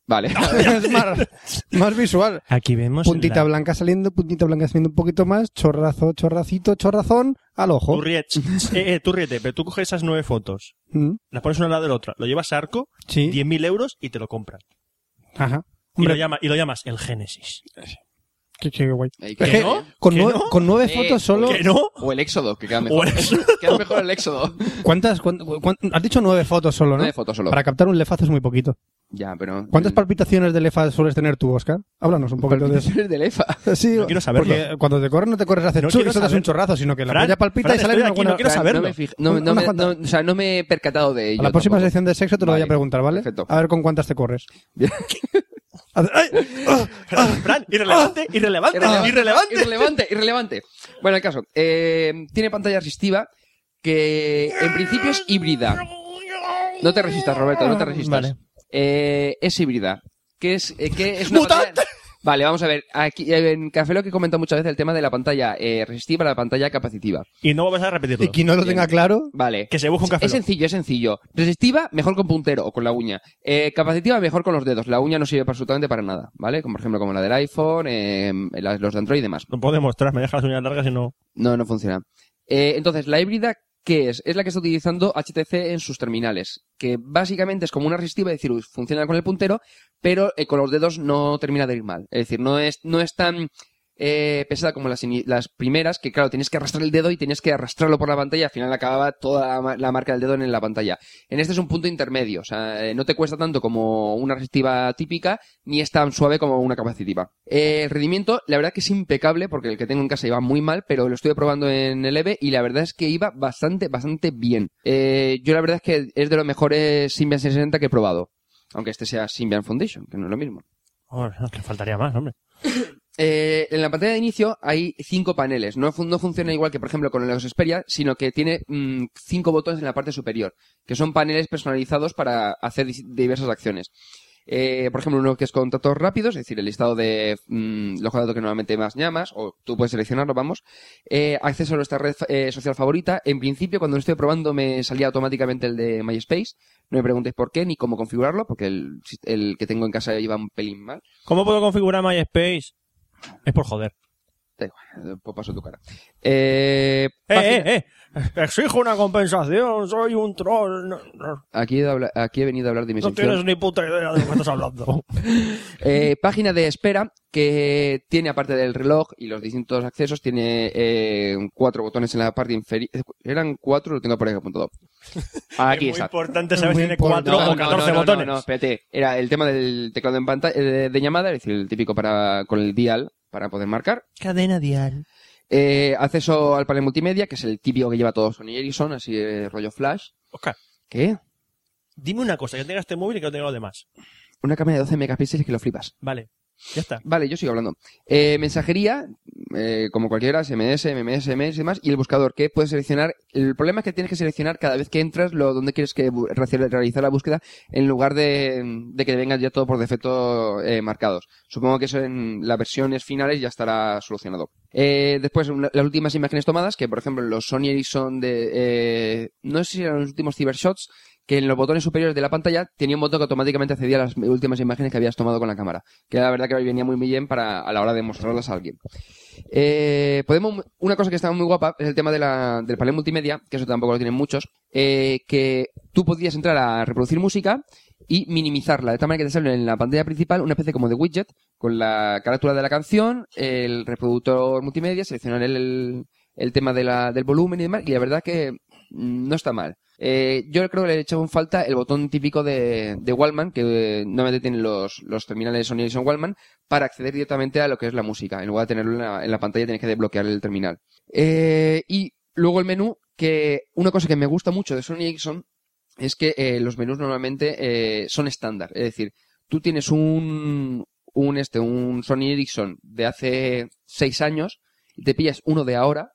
C: Vale.
G: es más, más visual.
E: Aquí vemos.
G: Puntita blanca saliendo, puntita blanca saliendo un poquito más, chorrazo, chorracito, chorrazón al ojo.
E: Tú ríete, eh, eh, tú ríete, pero tú coges esas nueve fotos,
G: Mm,
E: las pones una al lado de la otra, lo llevas a arco,
G: Sí.
E: 10.000 euros y te lo compran.
G: Ajá.
E: Y lo,
G: Hombre,
E: llama, y lo llamas el Génesis.
G: qué, qué guay.
C: Ahí
E: ¿Que
C: queda,
E: no?
C: ¿eh?
G: Con,
E: ¿Que
G: nueve,
E: no?
G: con nueve
C: Eh,
G: fotos solo.
E: ¿Que no?
C: O el éxodo, que queda
E: O
C: mejor.
E: el-
C: Queda mejor el éxodo.
G: ¿Cuántas? cuán- cuán- has dicho nueve fotos solo, ¿no?
C: Nueve fotos solo.
G: Para captar un lefazo es muy poquito.
C: Ya, pero... mm,
E: Mm.
A: ¿Cuántas palpitaciones de lefa sueles tener tú, Oscar? Háblanos un poquito de eso.
C: palpitaciones del EFA?
A: Sí,
E: No quiero saberlo.
A: Porque cuando te corres no te corres hacia
E: No
A: chur y
E: quiero
A: das
E: saber-
A: un chorrazo, sino que la
E: Fran,
A: polla palpita
E: Fran,
A: y sale
E: estoy
A: una
E: aquí,
A: buena...
E: no quiero
C: O sea,
E: saberlo.
C: No me fij- no, me- no
A: Unas
C: me-
A: cuantas.
C: no- o sea, no me he percatado de ello.
A: A la próxima
C: tampoco.
A: sección de sexo te lo voy a
C: Vale,
A: preguntar, ¿vale?
C: perfecto.
A: A ver con cuántas te corres.
C: Bien.
A: Haz- ¡Ay! ¡Ah!
E: Fran, irrelevante,
C: ah,
E: irrelevante,
C: Irrelevante.
E: irrelevante.
C: Irrelevante, irrelevante. Bueno, el caso. eh, tiene pantalla resistiva que en principio es híbrida. No te resistas, Roberto, no te resistas.
A: Ah, Vale.
C: Eh, es híbrida. ¿Qué es, eh, qué es una pantalla- Vale, vamos a ver. Aquí, eh, en Café lo que comentado muchas veces el tema de la pantalla eh, resistiva a la pantalla capacitiva.
E: Y no vas a repetirlo.
A: Y quien no lo tenga claro...
C: Vale.
E: Que se busque un café.
C: Es sencillo, es sencillo. Resistiva, mejor con puntero o con la uña. Eh, capacitiva, mejor con los dedos. La uña no sirve para absolutamente para nada, ¿vale? Como por ejemplo como la del iPhone, eh, las- los de Android y demás.
E: No puedo demostrar, me deja las uñas largas y no.
C: No, no funciona. Eh, entonces, la híbrida, ¿qué es? Es la que está utilizando HTC en sus terminales, que básicamente es como una resistiva, es decir, uy, funciona con el puntero, pero eh, con los dedos no termina de ir mal. Es decir, no es, no es tan eh, pesada como las, ini- las primeras, que claro, tienes que arrastrar el dedo y tenías que arrastrarlo por la pantalla, al final acababa toda la, ma- la marca del dedo en la pantalla. En este es un punto intermedio, o sea, eh, no te cuesta tanto como una resistiva típica, ni es tan suave como una capacitiva. Eh, el rendimiento, la verdad que es impecable, porque el que tengo en casa iba muy mal, pero lo estuve probando en el EVE y la verdad es que iba bastante, bastante bien. Eh, yo la verdad es que es de los mejores Symbian 660 que he probado. Aunque este sea Symbian Foundation, que no es lo mismo.
E: Oh, no, que faltaría más, hombre.
C: Eh, en la pantalla de inicio hay cinco paneles. No, fun- no funciona igual que, por ejemplo, con los Xperia, sino que tiene mm, cinco botones en la parte superior, que son paneles personalizados para hacer dis- diversas acciones. Eh, por ejemplo, uno que es contactos rápidos, es decir, el listado de mm, los datos que normalmente más llamas, o tú puedes seleccionarlo, vamos. Eh, acceso a nuestra red fa- eh, social favorita. En principio, cuando lo estoy probando, me salía automáticamente el de MySpace. No me preguntéis por qué ni cómo configurarlo, porque el, el que tengo en casa iba un pelín mal.
E: ¿Cómo puedo configurar MySpace? Es por joder.
C: Eh, Pues paso tu cara. Eh,
E: ¡Eh,
C: página-
E: eh, eh! Exijo una compensación, soy un troll. No, no-
C: Aquí, he habla- aquí he venido a hablar de mi
E: no tienes
C: sección.
E: ni puta idea de lo que estás hablando.
C: Eh, página de espera que tiene, aparte del reloj y los distintos accesos, tiene eh, cuatro botones en la parte inferior. Eran cuatro, lo tengo por aquí apuntado. Aquí
E: es muy
C: está.
E: importante saber
A: Muy
E: si tiene
A: importante.
E: cuatro o
C: no,
E: 14
C: no, no,
E: botones.
C: no, espérate. Era el tema del teclado en pantalla de, de llamada, es decir, el típico para con el dial para poder marcar.
E: Cadena dial.
C: Eh, acceso al panel multimedia, que es el típico que lleva todo Sony Ericsson, así eh, rollo flash.
E: Oscar,
C: ¿Qué?
E: dime una cosa, que tenga este móvil y que no tenga los demás.
C: Una cámara de 12 megapíxeles que lo flipas.
E: Vale, ya está.
C: Vale, yo sigo hablando. Eh, mensajería, eh, como cualquiera, SMS, MMS, SMS y demás, y el buscador, que puedes seleccionar. El problema es que tienes que seleccionar cada vez que entras lo donde quieres que bu- re- realizar la búsqueda en lugar de, de que vengan ya todo por defecto eh, marcados. Supongo que eso en las versiones finales ya estará solucionado. Eh, después, una- las últimas imágenes tomadas, que por ejemplo los Sony Ericsson de... eh, no sé si eran los últimos Cybershots, que en los botones superiores de la pantalla tenía un botón que automáticamente accedía a las últimas imágenes que habías tomado con la cámara. Que la verdad que venía muy bien para a la hora de mostrarlas a alguien. Eh, podemos una cosa que está muy guapa es el tema de la, del panel multimedia que eso tampoco lo tienen muchos eh, que tú podías entrar a reproducir música y minimizarla de tal manera que te sale en la pantalla principal una especie como de widget con la carátula de la canción el reproductor multimedia seleccionar el, el, el tema de la- del volumen y demás y la verdad que mm, no está mal Eh, yo creo que le he echado en falta el botón típico de, de Wallman que eh, normalmente tienen los, los terminales Sony Ericsson Wallman para acceder directamente a lo que es la música. En lugar de tenerlo en la, en la pantalla, tienes que desbloquear el terminal. Eh, y luego el menú, que una cosa que me gusta mucho de Sony Ericsson es que eh, los menús normalmente eh, son estándar. Es decir, tú tienes un, un, este, un Sony Ericsson de hace seis años, y te pillas uno de ahora,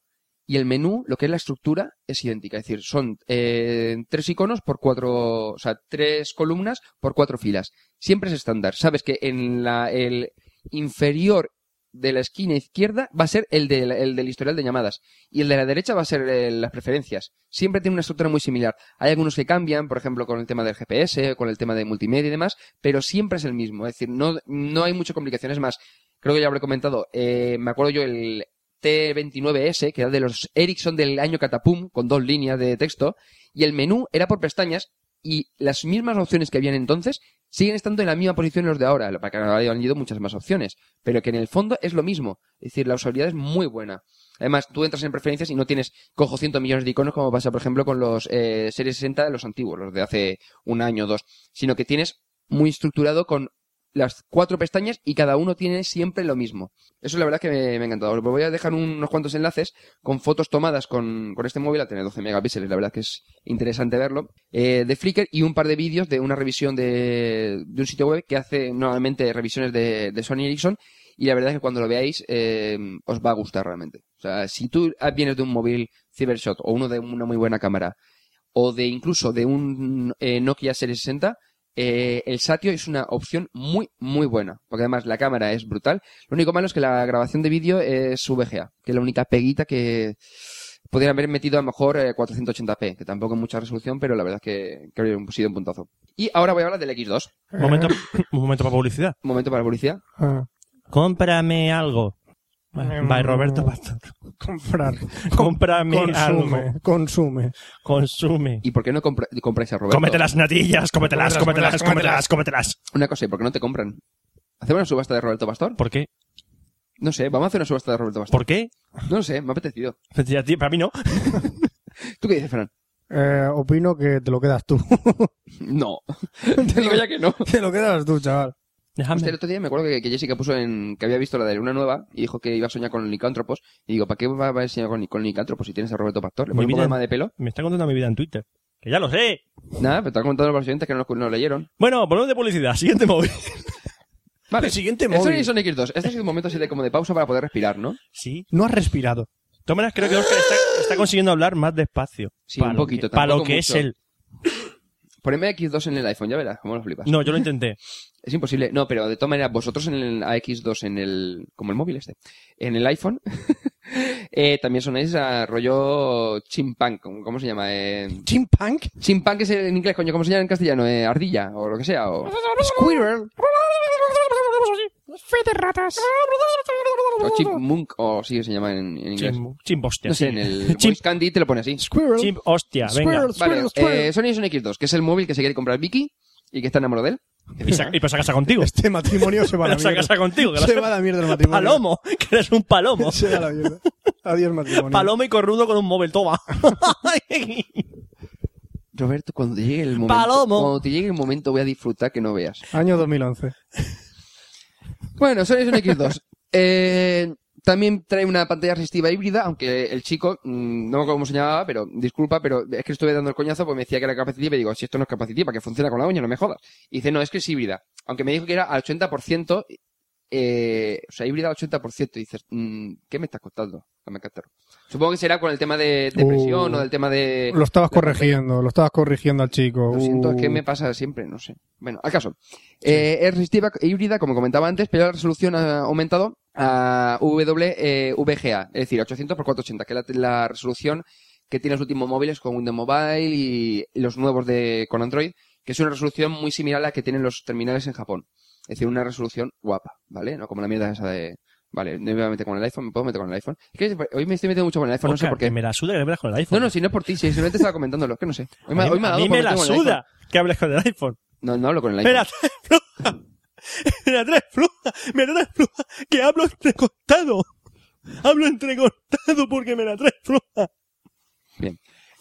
C: y el menú, lo que es la estructura, es idéntica. Es decir, son eh, tres iconos por cuatro, o sea, tres columnas por cuatro filas. Siempre es estándar. Sabes que en la, el, inferior de la esquina izquierda va a ser el, de la- el del historial de llamadas y el de la derecha va a ser eh, las preferencias. Siempre tiene una estructura muy similar. Hay algunos que cambian, por ejemplo, con el tema del GPS, con el tema de multimedia y demás, pero siempre es el mismo. Es decir, no, no hay muchas complicaciones más. Creo que ya habré comentado. eh, me acuerdo yo el T29S, que era de los Ericsson del año Catapum, con dos líneas de texto, y el menú era por pestañas y las mismas opciones que habían entonces siguen estando en la misma posición los de ahora, para que ahora hayan ido muchas más opciones pero que en el fondo es lo mismo. Es decir, la usabilidad es muy buena. Además, tú entras en preferencias y no tienes cojo 100 millones de iconos como pasa, por ejemplo, con los eh, Series 60 de los antiguos, los de hace un año o dos, sino que tienes muy estructurado con las cuatro pestañas y cada uno tiene siempre lo mismo. Eso la verdad es que me, me ha encantado. Os voy a dejar un- unos cuantos enlaces con fotos tomadas con, con este móvil a tener 12 megapíxeles. La verdad que es interesante verlo. Eh, de Flickr y un par de vídeos de una revisión de, de un sitio web que hace nuevamente revisiones de, de Sony Ericsson. Y la verdad es que cuando lo veáis eh, os va a gustar realmente. O sea, si tú vienes de un móvil Cybershot o uno de una muy buena cámara o de incluso de un eh, Nokia Series 60, eh, el Satio es una opción muy, muy buena. Porque además la cámara es brutal. Lo único malo es que la grabación de vídeo es VGA, que es la única peguita que podrían haber metido a lo mejor eh, 480p, que tampoco es mucha resolución, pero la verdad es que, que ha sido un puntazo. Y ahora voy a hablar del X2.
E: Un
A: eh,
E: momento, un momento para publicidad.
C: Momento para la publicidad.
A: ah,
E: Cómprame algo. By Roberto Pastor.
A: Comprar.
E: Cómprame algo.
A: Consume, consume.
E: Consume.
C: ¿Y por qué no compra- compráis a Roberto?
E: Cómete las natillas, cómetelas, cómetelas, cómetelas, cómetelas.
C: Una cosa, ¿y por qué no te compran? ¿Hacemos una subasta de Roberto Pastor?
E: ¿Por qué?
C: No sé, vamos a hacer una subasta de Roberto Pastor.
E: ¿Por qué?
C: No lo sé, me ha apetecido.
E: Ya, tío, Para mí no.
C: ¿Tú qué dices, Fran?
A: Eh, opino que te lo quedas tú.
C: No. te digo ya que no.
A: te lo quedas tú, chaval.
C: Hostia, el
E: Déjame.
C: otro día me acuerdo que, que Jessica puso en que había visto la de Luna Nueva y dijo que iba a soñar con licántropos. Y digo, ¿para qué va va a soñar con, con licántropos si tienes a Roberto Pastor? ¿Le
E: Mi
C: pones un poco
E: vida-
C: de más de pelo?
E: Me está contando mi vida en Twitter. Que ya lo sé.
C: Nada, pero te han contado los oyentes que no lo, no lo leyeron.
E: Bueno, volvemos de publicidad. Siguiente móvil.
C: Vale.
A: El siguiente
C: Esto
A: móvil.
C: es Sonic X2. Este ha sido un momento así de como de pausa para poder respirar, ¿no?
E: Sí.
A: No has respirado.
E: De todas maneras, creo que Oscar está, está consiguiendo hablar más despacio.
C: Sí,
E: Para
C: un
E: lo
C: poquito,
E: que- Para lo
C: tampoco
E: que es
C: mucho.
E: él.
C: Poneme X2 en el iPhone, ya verás cómo lo flipas.
E: No, yo lo intenté.
C: Es imposible. No, pero de todas maneras, vosotros en el AX2, en el, como el móvil este, en el iPhone, eh, también sonáis a rollo chimpunk, ¿cómo se llama? Eh,
A: Chimpunk.
C: Chimpán, que es en inglés, coño, ¿cómo se llama en castellano? Eh, ardilla, o lo que sea, o... Squirrel.
F: Fe de ratas.
C: O chipmunk, o sí que se llama en, en inglés.
E: Chim, chimp hostia.
C: No sé,
E: sí.
C: en el
E: Chimp-
C: Voice Candy te lo pone así.
A: Squirrel.
E: Chimp hostia, venga.
A: Squirrel,
C: Vale,
A: squirrel, squirrel.
C: eh, Sony Ericsson X2, que es el móvil que se quiere comprar Vicky y que está enamorado de él.
E: Y, sa- y pues a casa contigo.
A: Este matrimonio se va a la
E: Pero se
A: mierda.
E: casa contigo. Que lo
A: Se
E: hace-
A: va a la mierda el matrimonio.
E: Palomo, que eres un palomo.
A: Se va a la mierda. Adiós, matrimonio.
E: Palomo y cornudo con un móvil, toma.
C: Pues Roberto, cuando te llegue el momento...
E: Palomo.
C: Cuando te llegue el momento voy a disfrutar que no veas.
A: Año 2011.
C: Bueno, Sony Ericsson X2. Eh, también trae una pantalla resistiva híbrida, aunque el chico, mm, no me acuerdo cómo se llamaba, pero disculpa, pero es que estuve dando el coñazo porque me decía que era capacitiva y digo, si esto no es capacitiva, que funciona con la uña, no me jodas. Y dice, no, es que es híbrida. Aunque me dijo que era al 80%, eh, o sea, híbrida al 80%. Y dices, mm, ¿qué me estás contando? Dame cántaro. Supongo que será con el tema de, de
A: Uh.
C: presión o del tema de...
A: Lo estabas corrigiendo, lo estabas corrigiendo al chico.
C: Lo siento, es que
A: Uh.
C: me pasa siempre, no sé. Bueno, al caso. Eh, es resistiva e híbrida, como comentaba antes, pero la resolución ha aumentado a eh, WVGA, es decir, 800 x 480, que es la, la resolución que tiene los últimos móviles con Windows Mobile y los nuevos de con Android, que es una resolución muy similar a la que tienen los terminales en Japón. Es decir, una resolución guapa, ¿vale? No como la mierda esa de... Vale, no me voy a meter con el iPhone, me puedo meter con el iPhone. Es que hoy me estoy metiendo mucho con el iPhone, no sé
E: Oscar,
C: por
E: que
C: qué.
E: me la suda que me veas con el
C: No,
E: iPhone.
C: no, si no es por ti, si simplemente estaba comentándolo, es que no sé. Hoy me,
E: a mí,
C: hoy me ha
E: a
C: dado
E: mí
C: por
E: me
C: meter
E: la
C: con el iPhone.
E: suda que hables con el iPhone.
C: No, no hablo con el iPhone.
E: Mira, tres plumas. Mira, tres plumas. Mira, tres plumas. Que hablo entrecortado. Hablo entrecortado porque me la tres plumas.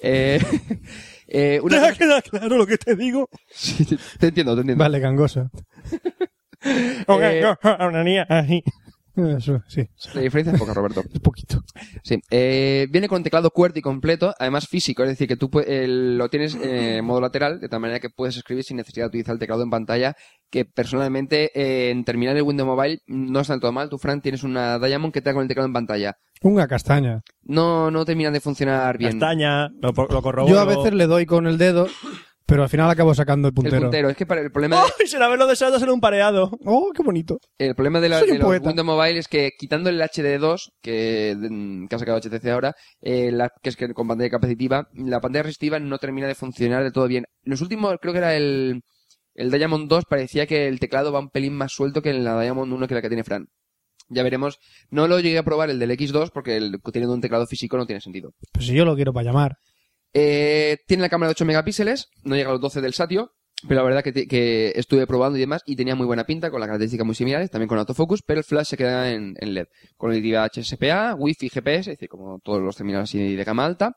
C: Eh, eh, una
E: ¿Te ha
C: cosa-
E: quedado claro lo que te digo?
C: Sí, te, te entiendo, te entiendo.
A: Vale, gangosa.
E: Ok,
C: Eh,
E: yo, a una niña así.
A: Eso, sí,
C: La diferencia es poca, Roberto.
A: es poquito.
C: Sí. Eh, viene con teclado QWERTY completo, además físico, es decir, que tú pue- el- lo tienes eh, en modo lateral, de tal manera que puedes escribir sin necesidad de utilizar el teclado en pantalla, que personalmente eh, en terminar el Windows Mobile no es tanto mal. Tú, Fran, tienes una Diamond que te da con el teclado en pantalla.
A: Una castaña.
C: No, no terminan de funcionar bien.
E: Castaña, lo, lo corroboro.
A: Yo a veces le doy con el dedo, pero al final acabo sacando el puntero.
C: El puntero. Es que para el problema de-
E: ¡Ay, sin haberlo deseado ser un pareado!
A: Oh, qué bonito.
C: El problema de, la,
A: Soy un
C: de los
A: poeta.
C: Windows Mobile es que quitando el HD2, que, mm, que ha sacado HTC ahora, eh, la- que es que con pantalla capacitiva, la pantalla resistiva no termina de funcionar del todo bien. Los últimos, creo que era el, el Diamond 2, parecía que el teclado va un pelín más suelto que en la Diamond 1, que la que tiene Fran. Ya veremos. No lo llegué a probar el del X2 porque el, teniendo un teclado físico no tiene sentido.
A: Pues si yo lo quiero para llamar.
C: Eh, tiene la cámara de 8 megapíxeles, no llega a los 12 del Satio, pero la verdad que, te- que estuve probando y demás y tenía muy buena pinta, con las características muy similares, también con autofocus, pero el flash se queda en, en LED. Conectividad HSPA, Wi-Fi, GPS, es decir, como todos los terminales así de gama alta,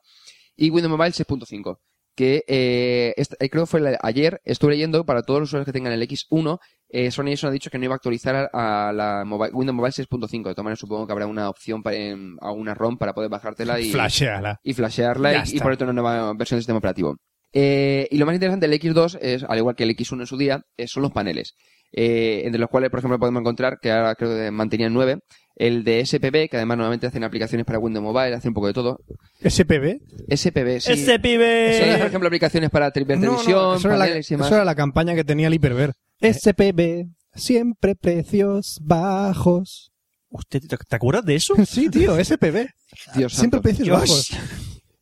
C: y Windows Mobile 6.5. que eh, est- eh, creo que fue la- ayer, estuve leyendo para todos los usuarios que tengan el X1, eh, Sony eso ha dicho que no iba a actualizar a, a la mobi- Windows Mobile 6.5. De todas maneras, supongo que habrá una opción para, en- a una ROM para poder bajártela y,
A: Flasheala.
C: y flashearla
A: Ya
C: y- y,
A: está.
C: ponerte una nueva versión del sistema operativo. Eh, y lo más interesante del X2 es, al igual que el X1 en su día, eh, son los paneles. Eh, entre los cuales, por ejemplo, podemos encontrar, que ahora creo que mantenían nueve, el de SPB, que además nuevamente hacen aplicaciones para Windows Mobile, hacen un poco de todo.
A: ¿SPB?
C: SPB, sí.
E: ¡Ese pibe!
C: Son, por ejemplo, aplicaciones para tri- ver televisión,
A: eso, era la,
C: paneles y demás. Eh.
A: eso era la campaña que tenía el hiperver. SPB, siempre precios bajos.
E: ¿Usted te, te acuerdas de eso?
A: Sí, tío, SPB.
C: Dios
A: Siempre
C: santo.
A: precios
E: Dios.
A: bajos.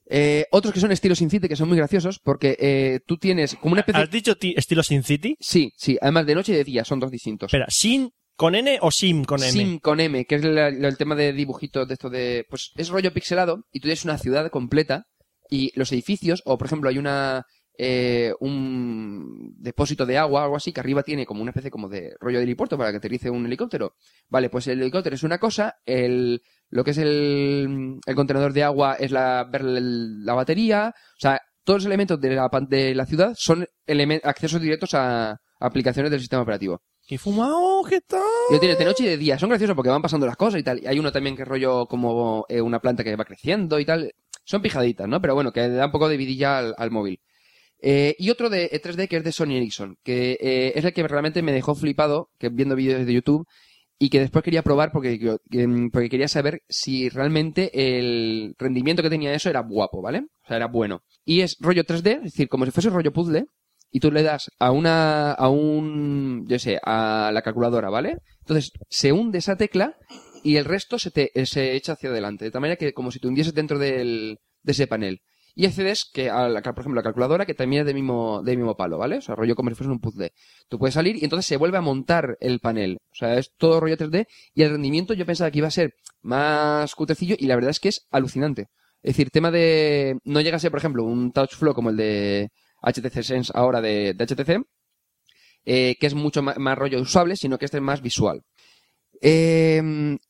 C: Eh, otros que son estilos sin cite, que son muy graciosos, porque eh, tú tienes como una especie...
E: ¿Has dicho ti- estilo Sin City?
C: Sí, sí, además de noche y de día, son dos distintos.
E: Espera, ¿Sin con N o Sim con N?
C: Sim con M, que es la- la- el tema de dibujitos de esto de... Pues es rollo pixelado y tú tienes una ciudad completa y los edificios, o por ejemplo hay una... eh, un depósito de agua, algo así, que arriba tiene como una especie como de rollo de helipuerto para que aterrice un helicóptero. Vale, pues el helicóptero es una cosa, el, lo que es el, el contenedor de agua es la, ver el- la batería, o sea, todos los elementos de la, pan- de la ciudad son elemen- accesos directos a aplicaciones del sistema operativo.
E: ¡Qué fumado que está!
C: Yo tiene de noche y de día. Son graciosos porque van pasando las cosas y tal. Y hay uno también que es rollo como eh, una planta que va creciendo y tal. Son pijaditas, ¿no? Pero bueno, que le da un poco de vidilla al, al móvil. Eh, y otro de 3D que es de Sony Ericsson, que eh, es el que realmente me dejó flipado que viendo vídeos de YouTube y que después quería probar porque, yo- que, mm, porque quería saber si realmente el rendimiento que tenía eso era guapo, ¿vale? O sea, era bueno. Y es rollo 3D, es decir, como si fuese rollo puzzle, y tú le das a una, a un, yo sé, a la calculadora, ¿vale? Entonces se hunde esa tecla y el resto se te, eh, se echa hacia adelante, de tal manera que como si te hundieses dentro del, de ese panel. Y accedes que, a la, por ejemplo, la calculadora que también es del mismo, del mismo palo, ¿vale? O sea, rollo como si fuese un puzzle. Tú puedes salir y entonces se vuelve a montar el panel. O sea, es todo rollo 3D y el rendimiento yo pensaba que iba a ser más cutrecillo y la verdad es que es alucinante. Es decir, tema de... No llega a ser, por ejemplo, un touch flow como el de HTC Sense ahora de, de HTC, eh, que es mucho ma- más, rollo usable, sino que este es más visual. Eh,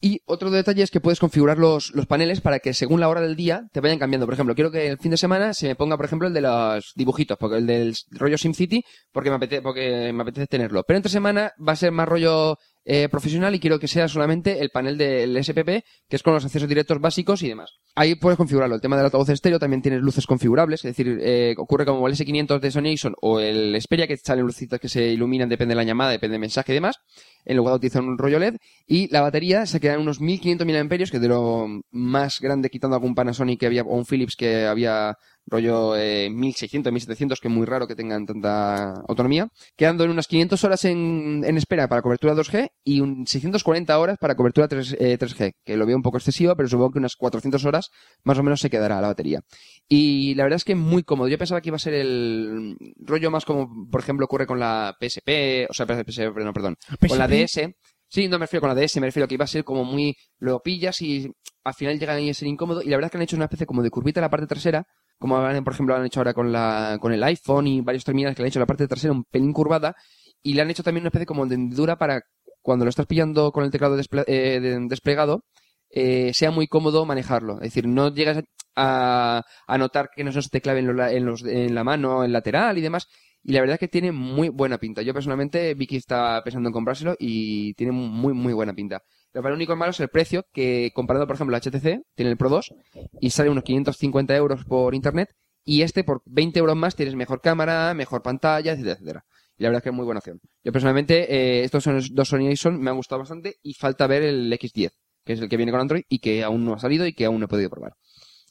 C: y otro detalle es que puedes configurar los, los paneles para que según la hora del día te vayan cambiando. Por ejemplo, quiero que el fin de semana se me ponga, por ejemplo, el de los dibujitos, porque el del rollo SimCity, porque me apetece, porque me apetece tenerlo. Pero entre semana va a ser más rollo eh, profesional y quiero que sea solamente el panel del SPP, que es con los accesos directos básicos y demás. Ahí puedes configurarlo. El tema del altavoz estéreo también tienes luces configurables, es decir, eh, ocurre como el S500 de Sony Ericsson o el Xperia, que salen lucitas que se iluminan, depende de la llamada, depende del mensaje y demás, en lugar de utilizar un rollo LED. Y la batería se queda en unos 1500 miliamperios, que es de lo más grande, quitando algún Panasonic que había, o un Philips que había rollo eh, 1600, 1700, que es muy raro que tengan tanta autonomía, quedando en unas 500 horas en, en espera para cobertura 2G y un 640 horas para cobertura 3, g que lo veo un poco excesivo, pero supongo que unas 400 horas más o menos se quedará la batería. Y la verdad es que muy cómodo. Yo pensaba que iba a ser el rollo más como, por ejemplo, ocurre con la PSP, o sea, PSP, no, perdón,
E: Pues
C: con la DS. Sí, no me refiero con la DS, me refiero que iba a ser como muy. Lo pillas y al final llega ahí a ser incómodo. Y la verdad es que han hecho una especie como de curvita en la parte trasera, como han, por ejemplo han hecho ahora con, la, con el iPhone y varios terminales que le han hecho la parte trasera un pelín curvada. Y le han hecho también una especie como de hendidura para cuando lo estás pillando con el teclado desple- eh, de- desplegado, eh, sea muy cómodo manejarlo. Es decir, no llegas a, a notar que no se te clave en, lo la- en los- en la mano, en lateral y demás. Y la verdad es que tiene muy buena pinta. Yo personalmente, Vicky está pensando en comprárselo y tiene muy, muy buena pinta. Lo para- único malo es el precio, que comparado, por ejemplo, a HTC, tiene el Pro 2 y sale unos 550 euros por internet. Y este, por 20 euros más, tienes mejor cámara, mejor pantalla, etcétera, etcétera. Y la verdad es que es muy buena opción. Yo personalmente, eh, estos son los dos Sony Ericsson me han gustado bastante y falta ver el X10, que es el que viene con Android y que aún no ha salido y que aún no he podido probar.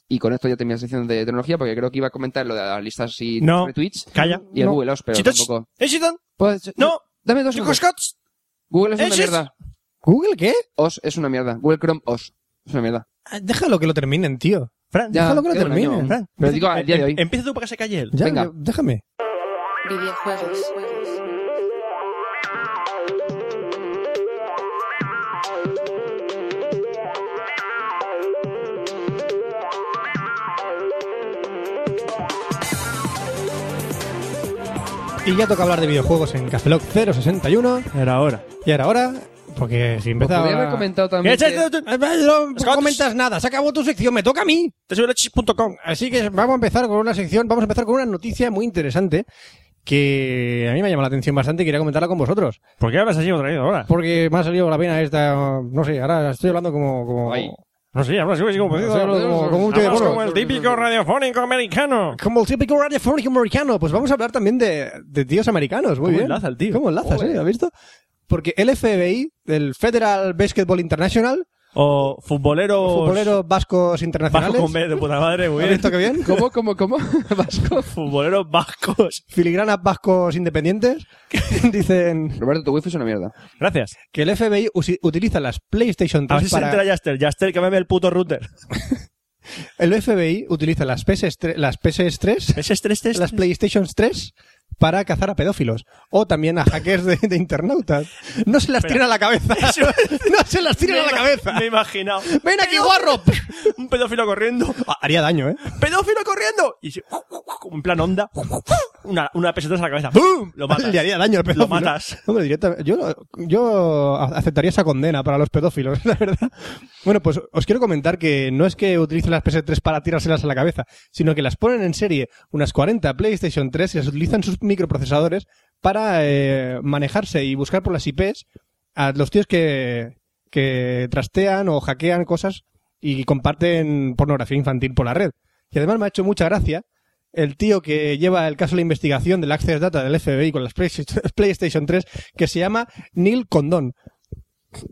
C: Y con esto ya termino la sección de tecnología porque creo que iba a comentar lo de las listas y
E: No.
C: retweets
E: Calla.
C: y el Google Ops, pero
E: Chicos,
C: tampoco.
E: ¿Eh, Shitan?
C: Pues,
E: No.
C: Dame dos
E: Chicos,
C: segundos.
E: Scots.
C: Google es
E: ¿Eh,
C: una
E: sí?
C: mierda.
A: ¿Google qué?
C: OS es una mierda. Google Chrome OS es una mierda.
A: Ah, Déjalo que lo terminen, tío.
E: Fran,
C: Ya,
A: Déjalo que lo
C: queda un año.
A: terminen.
E: Fran,
C: Pero digo al Ah, día de hoy.
E: em- Empieza tú para que se calle él.
A: Ya,
C: Venga.
A: yo- déjame.
F: videojuegos,
A: Y ya toca hablar de videojuegos en Cafeloc 061.
E: Era ahora.
A: Y ahora, ahora, Porque si
C: Pues
A: empezaba...
C: podría haber comentado
A: ¿Qué
C: también.
A: es
C: que-
A: esto? No comentas nada, se acabó tu sección, me toca a mí.
E: Tesorechi.com.
A: Así que vamos a empezar con una sección, vamos a empezar con una noticia muy interesante que a mí me ha llamado la atención bastante y quería comentarla con vosotros.
E: ¿Por qué hablas así otra vez ahora?
A: Porque me ha salido la pena esta, no sé, ahora estoy hablando como... como
C: Ay.
E: No sé, hablas así como
A: estoy hablando
E: perdido.
A: como, como un tío de
E: Hablas
A: burro.
E: como el típico radiofónico americano.
A: Como el típico radiofónico americano. Pues vamos a hablar también de, de tíos americanos. Muy
E: ¿Cómo
A: bien.
E: enlaza el tío?
A: ¿Cómo enlazas, eh? ¿Has visto? Porque el FBI, el Federal Basketball International,
E: O futboleros.
A: futboleros vascos
E: Pues vascos
A: internacionales.
E: con B de puta madre, muy
A: ¿Has
E: bien.
A: visto qué bien?
C: ¿Cómo, cómo, cómo? Vasco.
E: Futboleros vascos.
A: Filigranas vascos independientes dicen
C: Roberto, tu wifi es una mierda.
E: Gracias.
A: que el FBI usi- utiliza las PlayStation
E: A ver si
A: 3
E: se
A: para...
E: entera Jaster. Jaster, cámbiame el puto router.
A: El FBI utiliza las PS3, las PS3
E: ¿Ese estrés test?
A: las PlayStation 3 para cazar a pedófilos o también a hackers de, de internautas. No se las
E: Espera.
A: tiran a la cabeza. No se las tiran a la
E: Me ima-
A: cabeza.
E: Me he imaginado.
A: ¡Ven aquí, guarro!
E: Un pedófilo corriendo.
A: Ah, Haría daño, ¿eh?
E: ¡Pedófilo corriendo! Y se- como en plan onda. Una, una peseta a la cabeza. ¡Bum! Lo matas.
A: Le haría daño al pedófilo.
E: Lo matas.
A: Hombre, directamente- Yo, yo a- aceptaría esa condena para los pedófilos, la verdad. Bueno, pues os quiero comentar que no es que utilicen las PS3 para tirárselas a la cabeza, sino que las ponen en serie unas 40 PlayStation 3 y las utilizan sus microprocesadores para eh, manejarse y buscar por las IPs a los tíos que, que trastean o hackean cosas y comparten pornografía infantil por la red. Y además me ha hecho mucha gracia el tío que lleva el caso de la investigación del Access Data del FBI con las Playsta- PlayStation 3, que se llama Neil Condon.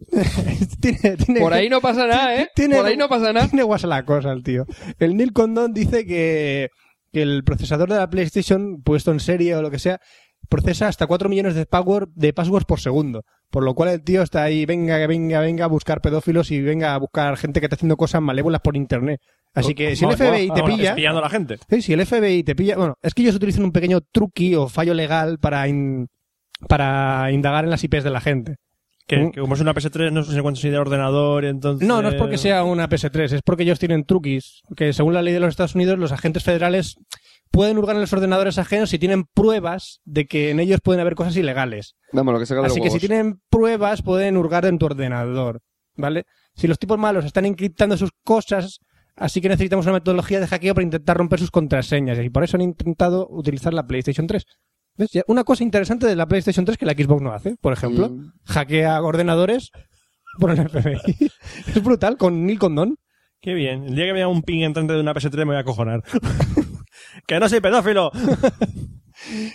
A: tiene, tiene-
C: Por ahí no pasa nada, ¿eh?
A: tiene-
C: Por ahí no pasa nada.
A: tiene guasa la cosa el tío. El Neil Condon dice que, que el procesador de la PlayStation, puesto en serie o lo que sea, procesa hasta 4 millones de, power, de passwords por segundo. Por lo cual el tío está ahí, venga, que venga, venga a buscar pedófilos y venga a buscar gente que está haciendo cosas malévolas por internet. Así que si el
E: Vamos,
A: FBI te
E: vamos, vamos,
A: pilla...
E: Espiando a la gente.
A: Sí, si el FBI te pilla. Bueno, es que ellos utilizan un pequeño truqui o fallo legal para, in- para indagar en las IPs de la gente.
E: Que,
A: Mm.
E: que como es una PS3, no sé cuánto soy de ordenador, entonces.
A: No, no es porque sea una PS3, es porque ellos tienen truquis. Que según la ley de los Estados Unidos, los agentes federales pueden hurgar en los ordenadores ajenos si tienen pruebas de que en ellos pueden haber cosas ilegales.
C: Vamos, lo que saca de
A: Así
C: los
A: que si
C: huevos.
A: tienen pruebas, pueden hurgar en tu ordenador. ¿Vale? Si los tipos malos están encriptando sus cosas. Así que necesitamos una metodología de hackeo para intentar romper sus contraseñas. Y por eso han intentado utilizar la PlayStation 3. ¿Ves? Ya, Una cosa interesante de la PlayStation 3 que la Xbox no hace, por ejemplo.
C: Mm.
A: Hackea ordenadores por el FBI. es brutal, con Neil Condon.
E: Qué bien. El día que me haga un ping entrante de una PS3 me voy a acojonar. que no soy pedófilo.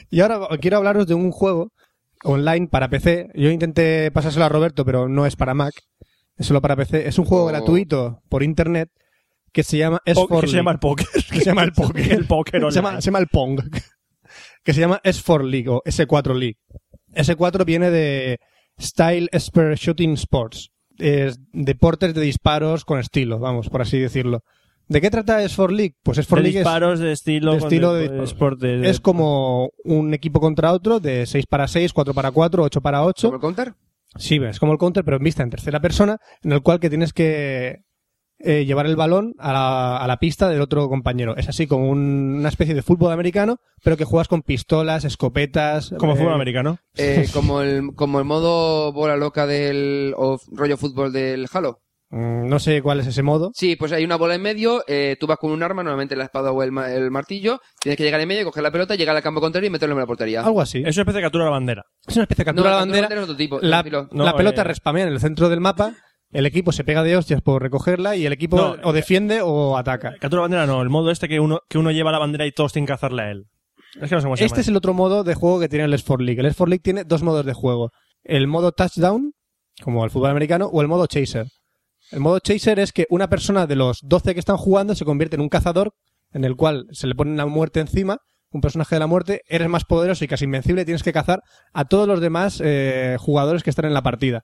A: Y ahora quiero hablaros de un juego online para PC. Yo intenté pasárselo a Roberto, pero no es para Mac. Es solo para PC. Es un juego
C: Oh.
A: gratuito por internet que se llama s
E: Po- que se llama el póker.
A: se llama el póker.
E: el póker
A: se, llama, se llama el Pong. Que se llama S4 League o S4 League. S4 viene de Style Expert Shooting Sports. Es deportes de disparos con estilo, vamos, por así decirlo. ¿De qué trata S4 League? Pues S4
E: de
A: League es-
E: disparos de estilo.
A: de
E: con
A: estilo de
E: de,
A: disparo.
E: sport de- de-
A: es como un equipo contra otro de 6 para 6, 4 para 4, 8 para 8.
C: ¿Sobre el counter?
A: Sí, es como el counter, pero en vista en tercera persona, en el cual que tienes que eh, llevar el balón a la, a la pista del otro compañero. Es así como un- una especie de fútbol americano, pero que juegas con pistolas, escopetas.
E: como
A: eh,
E: fútbol americano.
C: Eh, como, el, como el modo bola loca del. o f- rollo fútbol del Halo.
A: mm, No sé cuál es ese modo.
C: Sí, pues hay una bola en medio, eh, tú vas con un arma, normalmente la espada o el, ma- el martillo, tienes que llegar en medio, coger la pelota, llegar al campo contrario y meterlo en la portería.
A: Algo así.
E: Es una especie de captura de la bandera.
A: Es una especie de
C: No,
A: Ah, captura de la bandera.
C: es otro tipo,
A: La,
C: tranquilo.
E: No,
A: la pelota
E: eh.
A: respamea en el centro del mapa, el equipo se pega de hostias por recogerla y el equipo
E: No,
A: o defiende o ataca.
E: Captura de bandera no, el modo este que uno, que uno lleva la bandera y todos tienen que hacerla a él. Es que no sé cómo se
A: Este es
E: llama.
A: el otro modo de juego que tiene el Sport League. El Sport League tiene dos modos de juego. El modo touchdown, como el fútbol americano, o el modo chaser. El modo chaser es que una persona de los 12 que están jugando se convierte en un cazador en el cual se le pone la muerte encima, un personaje de la muerte, eres más poderoso y casi invencible, tienes que cazar a todos los demás eh, jugadores que están en la partida.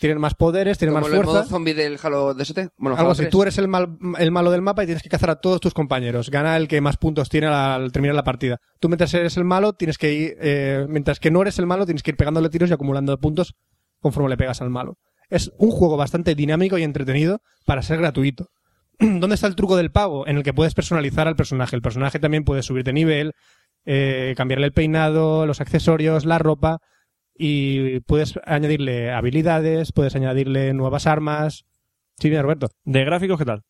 A: Tienen más poderes, tienen
C: como
A: más
C: el modo
A: fuerza.
C: zombie del Halo DST. Bueno,
A: Algo
C: Halo
A: así,
C: 3.
A: tú eres el, mal- el malo del mapa y tienes que cazar a todos tus compañeros. Gana el que más puntos tiene al terminar la partida. Tú mientras eres el malo, tienes que ir, eh, mientras que no eres el malo, tienes que ir pegándole tiros y acumulando puntos conforme le pegas al malo. Es un juego bastante dinámico y entretenido para ser gratuito. ¿Dónde está el truco del pago? En el que puedes personalizar al personaje. El personaje también puede subir de nivel, eh, cambiarle el peinado, los accesorios, la ropa. y puedes añadirle habilidades, puedes añadirle nuevas armas. Sí, bien, Roberto.
E: ¿De gráficos qué tal?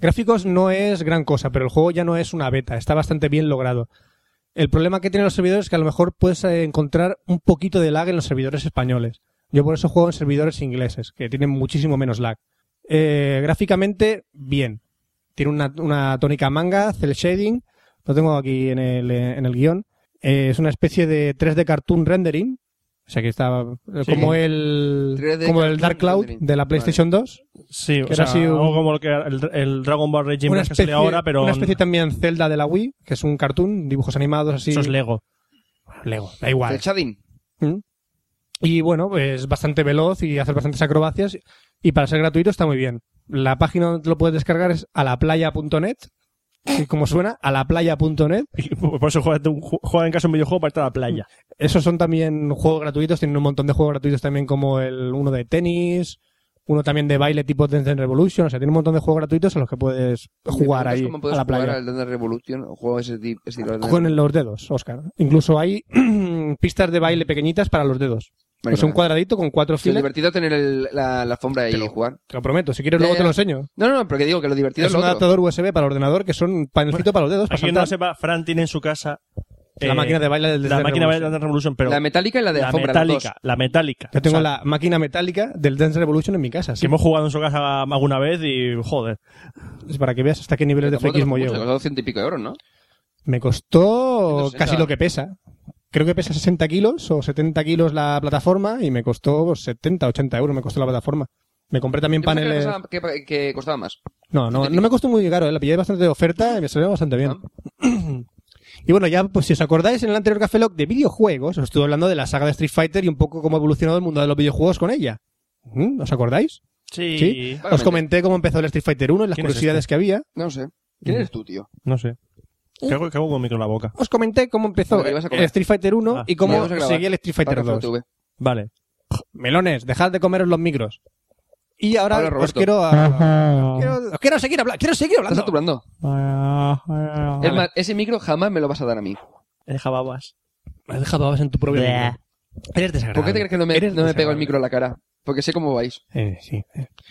A: Gráficos no es gran cosa, pero el juego ya no es una beta, está bastante bien logrado. El problema que tienen los servidores es que a lo mejor puedes eh, encontrar un poquito de lag en los servidores españoles. Yo por eso juego en servidores ingleses, que tienen muchísimo menos lag. Eh, gráficamente, bien. Tiene una, una tónica manga, cel shading, lo tengo aquí en el, eh, en el guión. Eh, es una especie de 3D cartoon rendering, o sea que está eh,
C: Sí.
A: como el
C: 3D
A: como el
C: cartoon
A: Dark Cloud
C: rendering.
A: de la PlayStation 2.
E: Sí, o
A: Que
E: sea,
A: era así un-
E: algo como lo que el, el Dragon Ball Regime
A: una
E: que sale
A: especie,
E: ahora, pero
A: una especie también Zelda de la Wii, que es un cartoon, dibujos animados así.
E: eso es Lego.
A: Lego, da igual.
C: El Chadin.
A: Y bueno, es bastante veloz y hace bastantes acrobacias. Y para ser gratuito está muy bien. La página donde lo puedes descargar es alaplaya.net. y Como suena, alaplaya.net.
E: Y Por eso juega, un ju- juega en casa un videojuego para estar a la playa.
A: Esos son también juegos gratuitos. Tienen un montón de juegos gratuitos también, como el uno de tenis, uno también de baile tipo Dance Dance Revolution. O sea, tiene un montón de juegos gratuitos a los que puedes jugar
C: Me preguntas
A: ahí
C: ¿Cómo puedes
A: a la
C: jugar
A: playa.
C: al Dance Revolution o juego ese tipo? ese tipo de-
A: Con los dedos, Oscar. Incluso hay pistas de baile pequeñitas para los dedos.
C: Vale,
A: es pues un
C: vale.
A: cuadradito con cuatro
C: Sí, lo
A: filas.
C: divertido tener el- la, la alfombra ahí y jugar.
A: Te lo prometo. Si quieres,
C: Ya,
A: luego te
C: ya.
A: lo enseño.
C: No, no, no, pero que digo que lo divertido
A: Es
C: es
A: un
C: lo otro.
A: adaptador USB para ordenador que son panelcito para los dedos.
E: A
A: Para
E: quien no lo
A: saltar.
E: sepa, Fran tiene en su casa
A: la
E: eh,
A: máquina de baile del
E: la
A: Dance
E: máquina de
A: Revolution.
E: Dance Revolution, pero
C: La metálica y la de
E: la
C: alfombra. las
E: metálica, la metálica.
A: Yo tengo
E: O sea,
A: la máquina metálica del Dance Revolution en mi casa.
E: que
A: sí.
E: hemos jugado en su casa alguna vez y joder.
A: Es Para que veas hasta qué niveles
C: dos.
A: de friquismo
C: Te
A: llevo.
C: costó 200 y pico de euros, ¿no?
A: Me costó
C: 160.
A: casi lo que pesa. Creo que pesa 60 kilos o 70 kilos la plataforma y me costó 70, 80 euros me costó la plataforma. Me compré también
C: Yo pensé que
A: paneles...
C: costaba- Que, que costaba más.
A: No, no, no me costó muy caro, ¿eh? la pillé bastante de oferta y me salió bastante bien.
C: Ah.
A: Y bueno, ya, pues si os acordáis, en el anterior Café Lock de videojuegos, os estuve hablando de la saga de Street Fighter y un poco cómo ha evolucionado el mundo de los videojuegos con ella. Ujú, ¿Os acordáis?
E: Sí.
A: Sí. Os
C: Vagamente.
A: comenté cómo empezó el Street Fighter 1 y las
E: ¿Quién es este?
A: curiosidades que había.
C: No sé. ¿Quién eres tú, tío?
E: No sé. ¿Qué hago, qué hago con el micro en la boca?
A: Os comenté cómo empezó
C: Vale, ibas a
A: el
C: comer.
A: Street Fighter 1
E: Ah,
A: y cómo
C: vamos a grabar.
A: seguía el Street Fighter
C: Para
A: 2.
C: FTV.
E: Vale.
A: Melones, dejad de comeros los micros. Y ahora
C: Ahora,
A: os
C: Roberto.
A: quiero, a- os quiero, os quiero seguir hablando. Quiero seguir
C: Estás
A: hablando.
C: saturando. Es más, ese micro jamás me lo vas a dar a mí.
E: Deja babas.
A: Me has dejado babas en tu propio micro. Eres desagradable.
C: ¿Por qué te crees que no me,
A: Eres
C: no me pego
A: desagradable.
C: el micro a la cara? Porque sé cómo vais.
A: Eh, sí.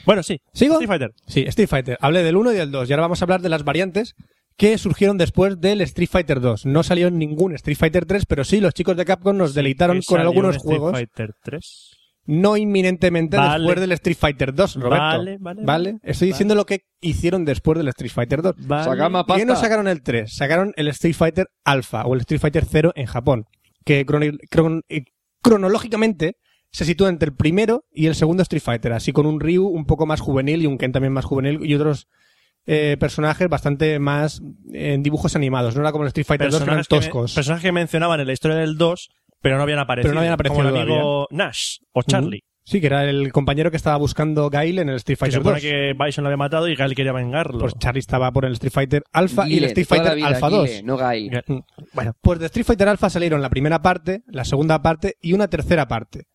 E: Bueno, sí.
A: ¿Sigo?
E: Street Fighter.
A: Sí, Street Fighter. Hablé del 1 y del 2 y ahora vamos a hablar de las variantes que surgieron después del Street Fighter 2. No salió ningún Street Fighter 3, pero sí los chicos de Capcom nos
E: Que
A: deleitaron con
E: salió
A: algunos
E: en Street
A: juegos
E: Fighter 3.
A: no inminentemente
E: Vale.
A: después del Street Fighter 2, Roberto.
E: Vale, vale, vale.
A: Estoy diciendo lo que hicieron después del Street Fighter 2.
E: Vale.
C: Sagama,
A: ¿Por qué no
C: pasta.
A: sacaron el 3? Sacaron el Street Fighter Alpha o el Street Fighter 0 en Japón, que croni- cron- eh, cronológicamente se sitúa entre el primero y el segundo Street Fighter, así con un Ryu un poco más juvenil y un Ken también más juvenil y otros eh, personajes bastante más eh, en dibujos animados. No era como el Street Fighter 2 que eran
E: Personajes que, me-
A: toscos.
E: personajes que mencionaban en la historia del 2, pero no habían aparecido.
A: Pero no habían
E: Como el
A: aparecido
E: amigo Nash o Charlie.
A: Sí, que era el compañero que estaba buscando Gail en el Street
E: Que se
A: Fighter
E: supone
A: 2.
E: que Bison lo había matado y Gail quería vengarlo.
A: Pues Charlie estaba por el Street Fighter Alpha y el
C: Guile,
A: Street
C: toda la
A: Fighter
C: vida,
A: Alpha 2.
C: Guile, No Gai.
E: Ya.
A: Bueno, pues de Street Fighter Alpha salieron la primera parte, la segunda parte y una tercera parte.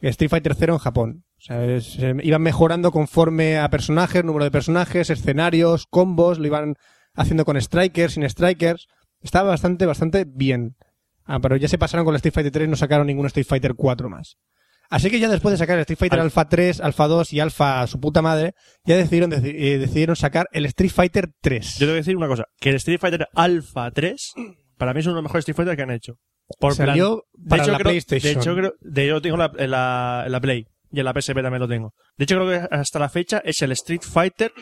A: Street Fighter 0 en Japón. O sea, es- eh, iban mejorando conforme a personajes, número de personajes, escenarios, combos, lo iban haciendo con strikers, sin strikers. Estaba bastante, bastante bien. Ah, pero ya se pasaron con el Street Fighter 3 no sacaron ningún Street Fighter 4 más. Así que ya después de sacar el Street Fighter
E: Al-
A: Alpha 3, Alpha 2 y Alpha su puta madre, ya decidieron, deci- eh, decidieron sacar el Street Fighter 3.
E: Yo tengo que decir una cosa, que el Street Fighter Alpha 3 para mí es uno de los mejores Street Fighter que han hecho. Por plan-
A: Salió para la
E: creo-
A: PlayStation.
E: De hecho, creo, de, yo tengo la, en la, en la Play y en la PSP también lo tengo. De hecho, creo que hasta la fecha es el Street Fighter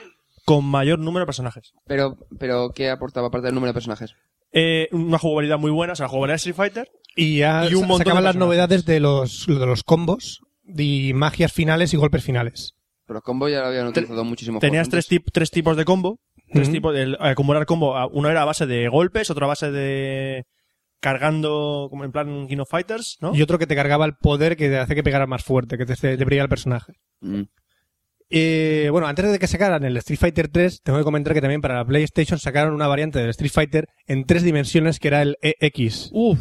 E: con mayor número de personajes.
C: Pero, pero, ¿qué aportaba aparte del número de personajes?
E: Eh, una jugabilidad muy buena, o sea, la jugabilidad de Street Fighter.
A: Y ya
E: Y un
A: sa-
E: montón
A: sacaban
E: de
A: las
E: personajes.
A: novedades de los, de los combos y magias finales y golpes finales.
C: Pero los combos ya lo habían utilizado muchísimo.
E: Tenías tres, tip- tres tipos de combo. Tres
A: Ujú.
E: tipos de el- acumular combo. a- Uno era a base de golpes, otro a base de cargando, como en plan King of Fighters, ¿no?
A: Y otro que te cargaba el poder que te hace que pegara más fuerte, que te, te, te brilla el personaje.
C: Mm.
A: Eh, bueno, antes de que sacaran el Street Fighter 3, tengo que comentar que también para la PlayStation sacaron una variante del Street Fighter en tres dimensiones que era el EX.
E: Uf.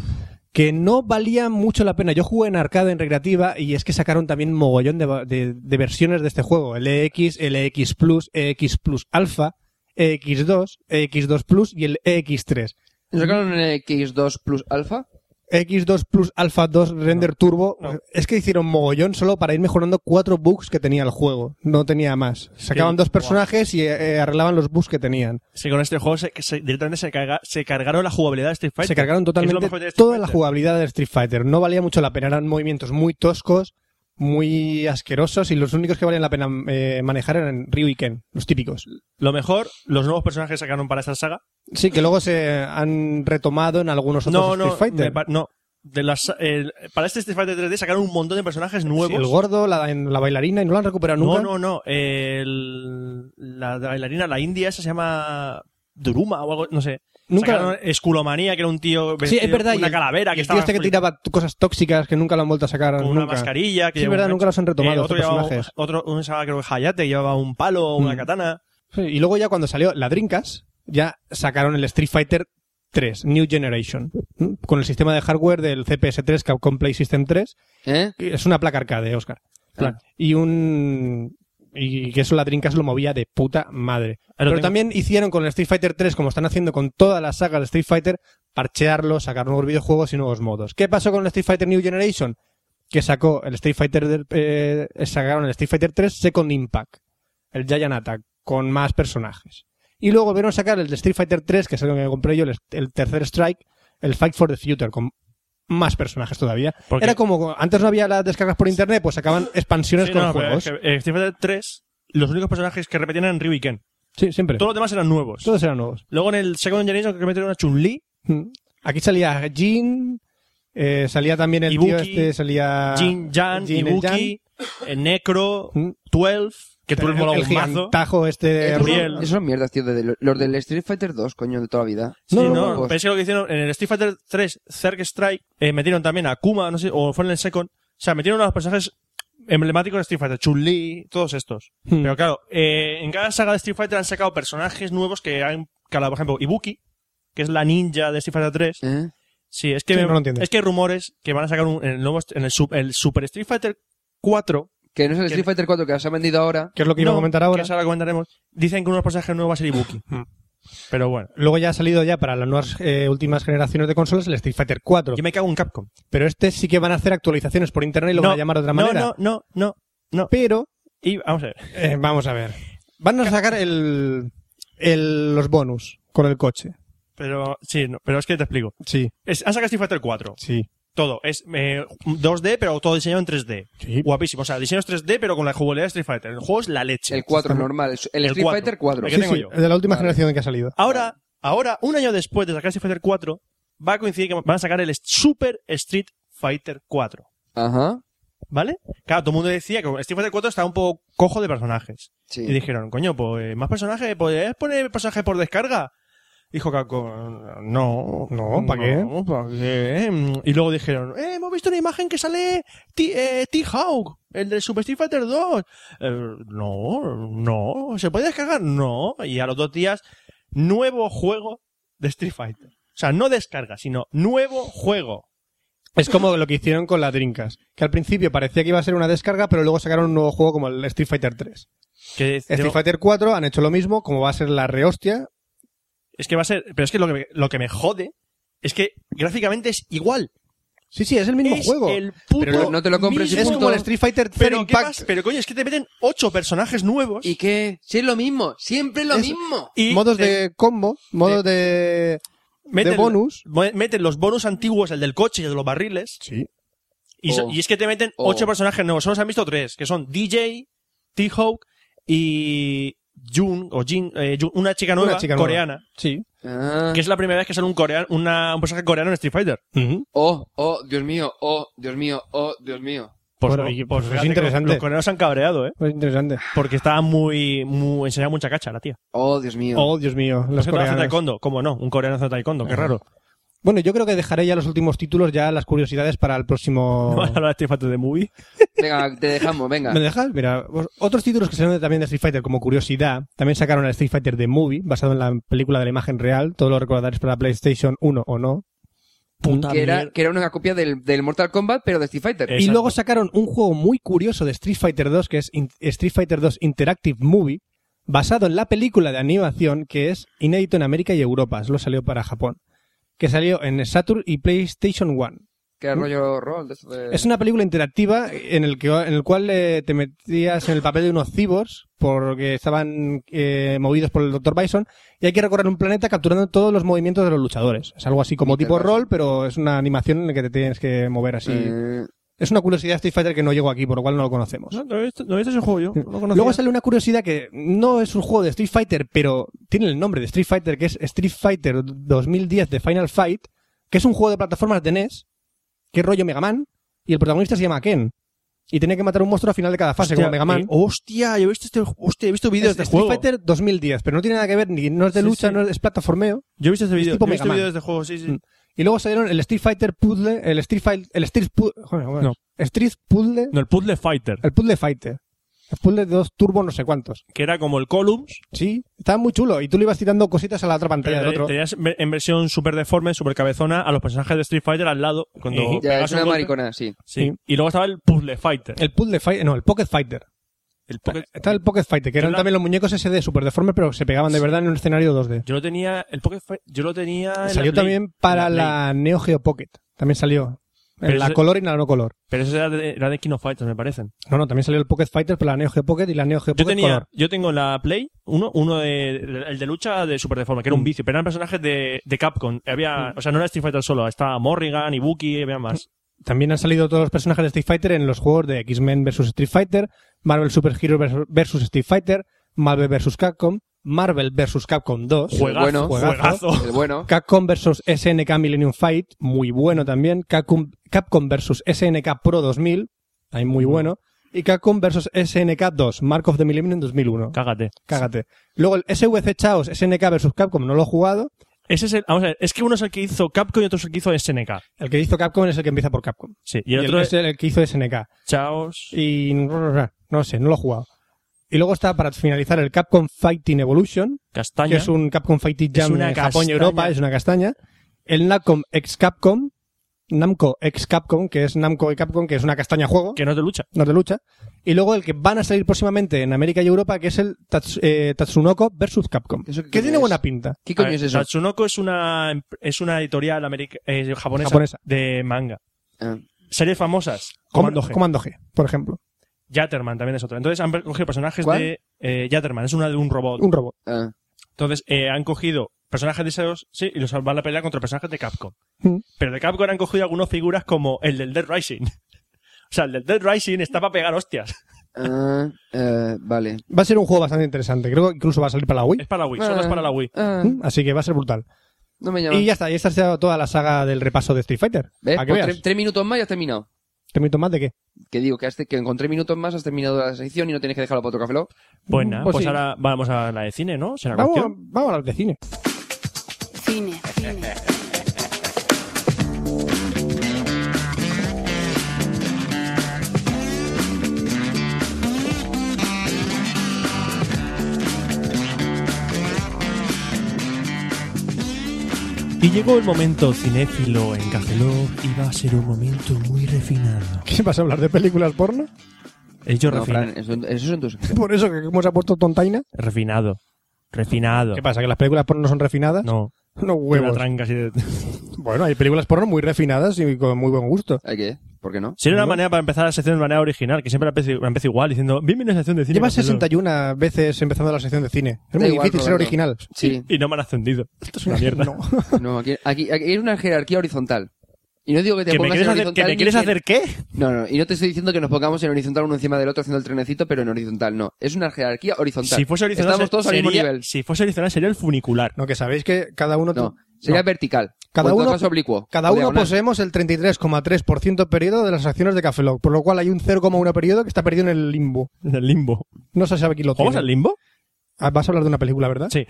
A: Que no valía mucho la pena. Yo jugué en arcade, en recreativa, y es que sacaron también mogollón de, va- de- de versiones de este juego. El EX, el EX Plus, EX Plus Alpha, E EX2, EX2 Plus y el E EX3.
C: ¿No sacaron un X2 Plus Alpha?
A: X2 Plus Alpha 2 Render Turbo. Es que hicieron mogollón solo para ir mejorando cuatro bugs que tenía el juego. No tenía más. Sacaban dos personajes y eh, arreglaban los bugs que tenían.
E: Sí, con este juego se, que se- directamente se, carga- se cargaron la jugabilidad de Street Fighter.
A: Se cargaron
E: Es lo
A: totalmente
E: mejor de Street
A: toda la
E: Fighter.
A: jugabilidad de Street Fighter. No valía mucho la pena. Eran movimientos muy toscos, muy asquerosos y los únicos que valían la pena eh, manejar eran Ryu y Ken, los típicos.
E: Lo mejor, los nuevos personajes que sacaron para esta saga.
A: Sí, que luego se han retomado en algunos
E: No,
A: otros
E: no,
A: Street Fighter.
E: me pa- no. De las, el- para este Street Fighter 3D sacaron un montón de personajes nuevos.
A: Sí, el gordo, la, la bailarina y no la han recuperado nunca.
E: no, no, no. El- la bailarina, la india, esa se llama Duruma o algo, no sé.
A: Nunca-
E: Sacaron Esculomanía, que era un tío vestido
A: sí, es verdad.
E: con
A: y
E: una
A: el-
E: calavera
A: y
E: que
A: el tío
E: estaba
A: este que
E: flip-
A: tiraba cosas tóxicas que nunca lo han vuelto a sacar.
E: con una
A: nunca.
E: mascarilla.
A: Sí,
E: Que
A: es
E: llevaba
A: verdad,
E: un
A: nunca los han retomado
E: Eh, otro,
A: estos
E: llevaba, un-
A: personajes.
E: otro un chaval, creo que Hayate, que llevaba un palo, una
A: Mm.
E: katana.
A: Sí, y luego ya cuando salió la Drinkas, ya sacaron el Street Fighter 3, New Generation, ¿m? con el sistema de hardware del CPS3 Capcom Play System 3.
C: ¿Eh?
A: que Es una placa arcade, Oscar.
C: Ah.
A: Y un... Y que eso la Drinkas lo movía de puta madre. Pero
E: tengo.
A: también hicieron con el Street Fighter 3, como están haciendo con toda la saga de Street Fighter, parchearlo, sacar nuevos videojuegos y nuevos modos. ¿Qué pasó con el Street Fighter New Generation? Que sacó el Street Fighter, del- eh, sacaron el Street Fighter 3 Second Impact, el Giant Attack, con más personajes. Y luego volvieron a sacar el de Street Fighter 3, que es el que me compré yo, el, el tercer Strike, el Fight for the Future, con más personajes todavía.
E: Porque-
A: Era como, antes no había las descargas por internet, pues sacaban expansiones
E: Sí,
A: con
E: no, pero
A: juegos.
E: es que, eh, Street Fighter 3, los únicos personajes que repetían eran Ryu y Ken.
A: Sí, siempre.
E: Todos los demás eran nuevos.
A: Todos eran nuevos.
E: Luego en el Second Generation creo que metieron a Chun-Li,
A: Mm. Aquí salía Jin, eh, salía también el
E: Ibuki,
A: tío este, salía...
E: Jin, Jan,
A: Jin, el
E: Ibuki, eh, Necro,
A: Mm.
E: 12, que tú
A: el,
E: el mola
A: el
E: un mazo.
A: gigantajo este...
C: Esos
E: Gabriel.
C: son- esos son mierdas, tío. de- los del Street Fighter 2, coño, de toda la vida.
E: Sí,
C: Los
E: no,
C: juegos.
A: pues.
E: pero es que lo que hicieron en el Street Fighter 3, Zerg Strike, eh, metieron también a Kuma, no sé, o fue en el Second. O sea, metieron a los personajes emblemáticos de Street Fighter, Chun-Li, todos estos.
A: Hmm.
E: Pero claro, eh, en cada saga de Street Fighter han sacado personajes nuevos que han, que por ejemplo, Ibuki, que es la ninja de Street Fighter 3.
C: ¿Eh?
E: Sí, es que,
A: Sí, no lo entiendo.
E: es que hay rumores que van a sacar un, en, el nuevo- en el, sub- el Super Street Fighter 4.
C: Que no es el
E: Que-
C: Street Fighter 4 que se ha vendido ahora.
A: Que es lo que iba
E: No,
A: a comentar ahora.
E: Que eso ahora comentaremos. Dicen que uno de los personajes nuevos va a ser Ibuki. Pero bueno,
A: Luego ya ha salido ya para las nuevas eh, últimas generaciones de consolas el Street Fighter 4.
E: yo me cago en Capcom.
A: Pero este sí que van a hacer actualizaciones por internet y lo van a llamar de otra manera.
E: No, no, no, no.
A: Pero,
E: Y vamos a ver.
A: eh, vamos a ver. Van a sacar el, el- los bonus con el coche.
E: Pero sí, no, pero es que te explico.
A: Sí,
E: Es, han sacado Street Fighter 4.
A: sí.
E: Todo. Es eh, 2D, pero todo diseñado en 3D.
A: Sí.
E: Guapísimo. O sea, diseño es 3D, pero con la jugabilidad de Street Fighter. El juego es la leche.
C: El 4 normal. El, el
E: El
C: Street
E: 4.
C: Fighter 4.
E: ¿El que
A: Sí,
E: tengo
A: sí,
E: yo?
A: de la última
C: Vale.
A: generación que ha salido.
E: Ahora, ahora, un año después de sacar Street Fighter 4, va a coincidir que van a sacar el Super Street Fighter 4.
C: Ajá.
E: ¿Vale? Claro, todo el mundo decía que Street Fighter 4 estaba un poco cojo de personajes.
C: Sí.
E: Y dijeron, coño, pues más personajes, ¿podrías poner personajes por descarga? Dijo Capcom, no,
A: No, ¿pa' qué?
E: no, ¿pa' qué? Y luego dijeron, eh, hemos visto una imagen que sale T- eh, T-Hawk, el de Super Street Fighter 2. Eh, no, no, ¿se puede descargar? No. Y a los dos días, nuevo juego de Street Fighter. O sea, no descarga, sino nuevo juego.
A: Es como lo que hicieron con la Drinkas, que al principio parecía que iba a ser una descarga, pero luego sacaron un nuevo juego como el Street Fighter 3.
E: Que
A: Street Fighter 4 han hecho lo mismo, como va a ser la rehostia.
E: Es que va a ser, pero es que lo que, me- lo que me jode es que gráficamente es igual.
A: Sí, sí, es el mismo
E: es
A: juego.
E: El puto
C: Pero no te lo compres y
E: mismo-
A: Es
C: punto.
A: como el Street Fighter 0
E: Pero, ¿qué
A: Impact.
E: más? pero coño, es que te meten ocho personajes nuevos
C: ¿Y qué? Si es lo mismo. Siempre lo
A: Es-
C: mismo.
E: y
A: modos
E: te
A: de combo, modos de...
E: meten,
A: de bonus.
E: mo- meten los bonus antiguos, el del coche y el de los barriles.
A: Sí.
E: Y, so-
C: Oh.
E: y es que te meten
C: Oh.
E: ocho personajes nuevos. Solo se han visto tres, que son DJ, T-Hawk y Jun, o Jin, eh, Jun- una chica nueva
A: chica nueva.
E: coreana.
A: Sí.
C: Ah.
E: Que es la primera vez que sale un, coreano, una- un personaje coreano en Street Fighter.
C: Oh, oh, Dios mío. Oh, Dios mío. Oh, Dios mío.
A: Bueno,
E: no,
A: y- pues es
E: fíjate que
A: interesante.
E: Los coreanos se han cabreado, ¿eh?
A: Pues interesante.
E: Porque estaba muy, muy enseñaba mucha cacha la tía.
C: Oh, Dios mío.
A: Oh, Dios mío, los
E: Los coreanos Ah. hace
A: coreanos.
E: taekwondo, cómo no, un coreano hace taekwondo, qué raro.
A: Bueno, yo creo que dejaré ya los últimos títulos, ya las curiosidades para el próximo...
E: Vamos a hablar de Street Fighter este de movie.
C: Venga, te dejamos, venga.
A: ¿Me dejas? Mira, pues, otros títulos que salieron de- también de Street Fighter, como curiosidad, también sacaron el Street Fighter The Movie, basado en la película de la imagen real, todos los recordaréis para PlayStation 1 o no.
C: Que era, que era una copia del, del Mortal Kombat, pero de Street Fighter.
A: Y
E: Eh. Exacto.
A: luego sacaron un juego muy curioso de Street Fighter 2, que es In- Street Fighter 2 Interactive Movie, basado en la película de animación que es inédito en América y Europa, solo salió para Japón. que salió en Saturn y PlayStation 1.
C: ¿Qué rollo rol? de esto de-
A: Es una película interactiva en el, que, en el cual eh, te metías en el papel de unos cyborgs porque estaban eh, movidos por el Dr. Bison y hay que recorrer un planeta capturando todos los movimientos de los luchadores. Es algo así como
C: Peter
A: tipo
C: Bison.
A: rol, pero es una animación en la que te tienes que mover así.
C: Eh,
A: Es una curiosidad de Street Fighter que no llegó aquí, por lo cual no lo conocemos.
E: No, no he visto, no he visto ese juego yo. No lo conocía.
A: Luego sale una curiosidad que no es un juego de Street Fighter, pero tiene el nombre de Street Fighter, que es Street Fighter 2010 de Final Fight, que es un juego de plataformas de NES, que es rollo Mega Man, y el protagonista se llama Ken. Y tenía que matar un monstruo al final de cada fase,
E: Hostia,
A: como Mega Man.
E: eh, hostia, yo he visto, este, hostia, he visto vídeos
A: Es
E: de
A: Street
E: juego.
A: Fighter 2010, pero no tiene nada que ver, ni no es de
E: Sí,
A: lucha,
E: sí.
A: no es plataformeo.
E: Yo he visto este vídeo.
A: tipo
E: Yo he visto
A: Mega Man.
E: vídeos de juego, sí, sí.
A: Mm. Y luego salieron el Street Fighter Puzzle, el Street Fighter, el Street Puzzle,
E: No.
A: Street Puzzle,
E: No, el Puzzle Fighter,
A: el Puzzle Fighter, el Puzzle de dos turbos no sé cuántos.
E: que era como el Columns,
A: Sí, estaba muy chulo. Y tú le ibas tirando cositas a la otra pantalla del
E: pero eh,
A: otro.
E: tenías ve- en versión super deforme, super cabezona, a los personajes de Street Fighter al lado. Cuando
A: Ujú.
C: ya,
E: pegas
C: es
E: un
C: una
E: golpe.
C: maricona, sí.
E: Sí. Y luego estaba el Puzzle Fighter.
A: El Puzzle Fighter, no, el Pocket Fighter. Eh,
E: El Pocket-
A: Está el Pocket Fighter, que eran
E: Yo la-
A: también los muñecos SD de Super Deformer, pero se pegaban de verdad en un escenario 2D.
E: Yo lo tenía, el Pocket Fi- yo lo tenía. Ah, en la
A: Salió
E: Play,
A: también para
E: en la
A: la
E: Play.
A: Neo Geo Pocket. También salió.
E: Pero
A: En la
E: ese-
A: color y en la no color.
E: Pero eso era de, era de King of Fighters, me parecen.
A: No, no, también salió el Pocket Fighter para la Neo Geo Pocket y la Neo Geo
E: Yo
A: Pocket
E: tenía,
A: color.
E: yo tengo en la Play uno, uno de, el de lucha de Super Deforme, que era un
A: Mm.
E: vicio, pero eran personajes de, de Capcom. Había, o sea, no era Street Fighter solo, estaba Morrigan y Buki, había más.
A: También han salido todos los personajes de Street Fighter en los juegos de X-Men vs. Street Fighter, Marvel Super Hero vs. versus Street Fighter, Marvel vs. Capcom, Marvel vs. Capcom 2.
E: Juegazo,
C: bueno.
E: juegazo.
C: El bueno.
A: Capcom vs SNK Millennium Fight, muy bueno también. Capcom, Capcom vs SNK Pro 2000, también muy bueno. Y Capcom vs SNK 2, Mark of the Millennium 2001.
E: Cágate.
A: Cágate. Luego el SVC Chaos, SNK vs Capcom, no lo he jugado.
E: Ese es el, vamos a ver, es que uno es el que hizo Capcom y otro es el que hizo SNK.
A: El que hizo Capcom es el que empieza por Capcom.
E: Sí, y el
A: Y
E: otro
A: es
E: es
A: el, el que hizo SNK.
E: Chaos.
A: Y no sé, no lo he jugado. Y luego está para finalizar el Capcom Fighting Evolution,
E: Castaña.
A: que es un Capcom Fighting
E: Es
A: Jam en
E: una
A: Japón y
E: castaña.
A: Europa, es una castaña. El Nacom ex Capcom, Namco ex Capcom, que es Namco y Capcom, que es una castaña juego,
E: Que no es de lucha.
A: no es de lucha. Y luego el que van a salir próximamente en América y Europa, que es el Tats- eh, Tatsunoko versus Capcom.
C: ¿Eso qué
A: que tiene
C: es?
A: buena pinta.
C: ¿Qué
E: A
C: coño
E: ver,
C: es eso?
E: Tatsunoko es una, em- es una editorial america- eh, japonesa,
A: Japonesa.
E: de manga.
C: Ah.
E: Series famosas.
A: Comando
E: Comando
A: G.
E: G.
A: Comando G, por ejemplo.
E: Yatterman también es otra. Entonces han cogido personajes
C: ¿Cuál?
E: de eh, Yatterman, es una de un robot.
A: Un robot.
C: Ah,
E: Entonces eh, han cogido personajes de esos, sí, y los van a pelear contra personajes de Capcom.
A: Mm.
E: Pero de Capcom han cogido algunas figuras como el del Dead Rising. o sea, el del Dead Rising está para pegar hostias.
C: ah, eh, vale.
A: Va a ser un juego bastante interesante. Creo que incluso va a salir para la Wii.
E: Es para la Wii, solo es para la Wii.
C: Ah,
A: ¿Mm? Así que va a ser brutal.
C: no me llama.
A: Y ya Eh, está, y esta ha sido toda la saga del repaso de Street Fighter.
C: ¿Ves?
A: Para que
C: Con
A: veas.
C: tres, tres minutos más y has terminado.
A: ¿Te invito más de qué?
C: Que digo que, has te- que con tres minutos más has terminado la sección y no tienes que dejarlo para otro café. Lock.
E: Pues nada,
A: Pues
E: pues,
A: sí.
E: ahora vamos a la de cine, ¿no? Será
A: Vamos,
E: cuestión.
A: vamos a hablar de cine.
F: Cine, cine.
E: Y llegó el momento cinéfilo en Café Lock y va a ser un momento muy refinado.
A: ¿Qué vas a hablar de películas porno?
E: Es yo
C: No,
E: refina-
C: Fran, eso, eso es tu sección.
A: Por eso que hemos puesto tontaina.
E: refinado. Refinado.
A: ¿Qué pasa? ¿Que las películas porno son refinadas?
E: No,
A: No
E: una
A: huevos.
E: tranca así de...
A: Bueno, hay películas porno muy refinadas y con muy buen gusto.
C: Hay que, ¿por qué no?
E: Sería una
A: ¿No?
E: manera para empezar la sección de manera original, que siempre la empiezo, la empiezo igual, diciendo, bienvenido a la sección de cine. pues,
A: Lleva
E: Barcelona".
A: 61 veces empezando la sección de cine. Es
C: Da
A: muy
C: igual,
A: difícil ser
C: Roberto.
A: original.
C: Sí,
E: Y no me han ascendido. Esto es una mierda.
A: No.
C: no, aquí, aquí, aquí hay una jerarquía horizontal. Y no digo que te
E: ¿Que me
C: pongas
E: quieres
C: en
E: hacer, que
C: horizontal.
E: me
C: ni
E: quieres
C: en-
E: hacer qué?
C: No, no, y no te estoy diciendo que nos pongamos en horizontal uno encima del otro haciendo el trenecito, pero en horizontal no. Es una jerarquía horizontal.
E: Si fuese horizontal,
C: Estamos todos al
E: sería,
C: mismo nivel.
E: si fuese horizontal sería el funicular.
A: No, que sabéis que cada uno...
C: No, sería
A: no.
C: vertical.
A: Cada
C: O en todo
A: uno-
C: caso oblicuo.
A: Cada
C: o
A: uno
C: diagonal.
A: poseemos el 33,3% periodo de las acciones de Café Lock, por lo cual hay un 0,1 periodo que está perdido en el limbo.
E: En el limbo.
A: No se sabe quién lo
E: ¿Jugamos
A: tiene.
E: al limbo?
A: Ah, Vas a hablar de una película, ¿verdad?
E: Sí.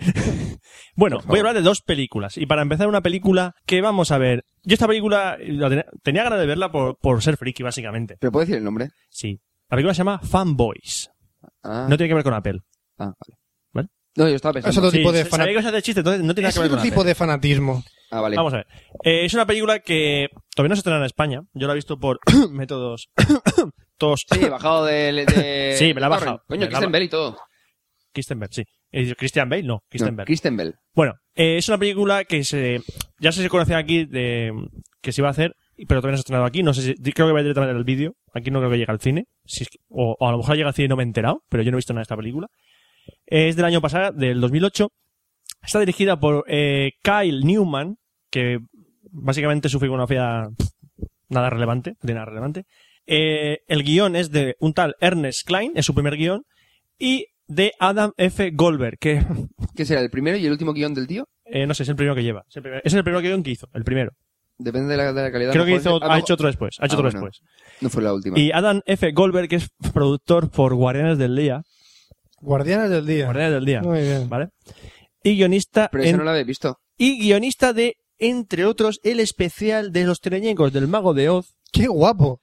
E: bueno,
C: favor.
E: voy a hablar de dos películas. Y para empezar, una película que vamos a ver. Yo esta película eh, la tenía, tenía ganas de verla por, por ser friki, básicamente.
C: ¿Pero puedo decir el nombre?
E: Sí. La película se llama Fanboys.
C: Ah,
E: No tiene que ver con Apple.
C: ah, vale.
E: ¿Vale?
C: No, yo estaba pensando.
A: Es otro
E: Sí,
A: tipo de
E: sabía que
A: fanatismo.
E: ibas a hacer chiste, entonces no tiene nada
A: Es
E: que ver
A: otro
E: con
A: tipo
E: Apple.
A: de fanatismo.
C: Ah, vale.
E: Vamos a ver. Eh, es una película que todavía no se estrena en España. Yo la he visto por métodos... todos...
C: Sí, bajado de, de-
E: Sí, me la ha
C: de
E: bajado.
C: Torrent. Coño,
E: Me la ha
C: Kristen Bell y todo.
E: Christian Bell, sí. Eh, Christian Bell, no. Christian
C: No,
E: Bell.
C: Kristen Bell.
E: Bueno, Eh, es una película que se ya se conocía aquí de que se iba a hacer, pero todavía no se ha estrenado aquí. No sé si, creo que va directamente al vídeo. Aquí no creo que llegue al cine. Si es que- o, o a lo mejor llega al cine y no me he enterado, pero yo no he visto nada de esta película. Eh, es del año pasado, del 2008. Está dirigida por eh, Kyle Newman, que básicamente su fotografía nada relevante, no tiene nada relevante. Eh, el guión es de un tal Ernest Klein, es su primer guión, y de Adam F. Goldberg, que
C: ¿Qué será? ¿El primero y el último guión del tío?
E: eh, no sé, es el primero que lleva. Es el primer, es el primer guión que hizo, el primero.
C: Depende de la, de la calidad.
E: Creo
C: A
E: que
C: lo mejor-
E: hizo,
C: a lo
E: ha hecho
C: mejor-
E: otro después. Ha hecho
C: Ah,
E: otro
C: bueno.
E: después.
C: No fue la última.
E: Y Adam F. Goldberg, que es productor por Guardianes del Día.
G: Guardianes del Día.
E: Guardianes del Día.
G: Muy bien.
E: ¿Vale? Y guionista,
C: Pero eso
E: en-
C: no lo habéis visto.
E: y guionista de, entre otros, el especial de los teleñecos del Mago de Oz
G: Qué guapo.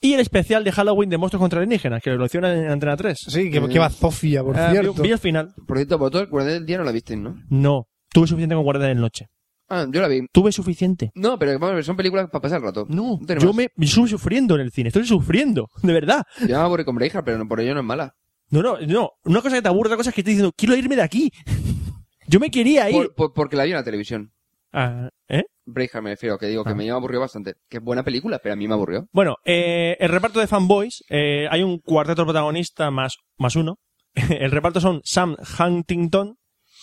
E: y el especial de Halloween de monstruos contra alienígenas, que lo hicieron en Antena 3.
G: Sí, que, que
C: Eh.
G: va Zofia, por
E: Ah, vi-
G: cierto.
E: Vi, el final.
C: Por cierto, vosotros el Guardián del Día no la visteis, ¿no?
E: No. Tuve suficiente con Guardianes del Noche.
C: Ah, yo la vi.
E: Tuve suficiente.
C: No, pero vamos a ver, son películas para pasar el rato.
E: No,
C: tenemos.
E: yo me, me estoy sufriendo en el cine, estoy sufriendo, de verdad.
C: Yo me aburrí con Breija, pero no- por ello no es mala.
E: No, no, no. Una cosa que te aburre, otra cosa es que estoy diciendo, quiero irme de aquí. Yo me quería ir.
C: Por- por- porque la vi en la televisión.
E: Ah, ¿eh?
C: Breija me refiero, que digo que
E: Ah.
C: me me aburrió bastante. Que es buena película, pero a mí me aburrió.
E: Bueno, eh, el reparto de fanboys, eh, hay un cuarteto protagonista más, más uno. El reparto son Sam Huntington,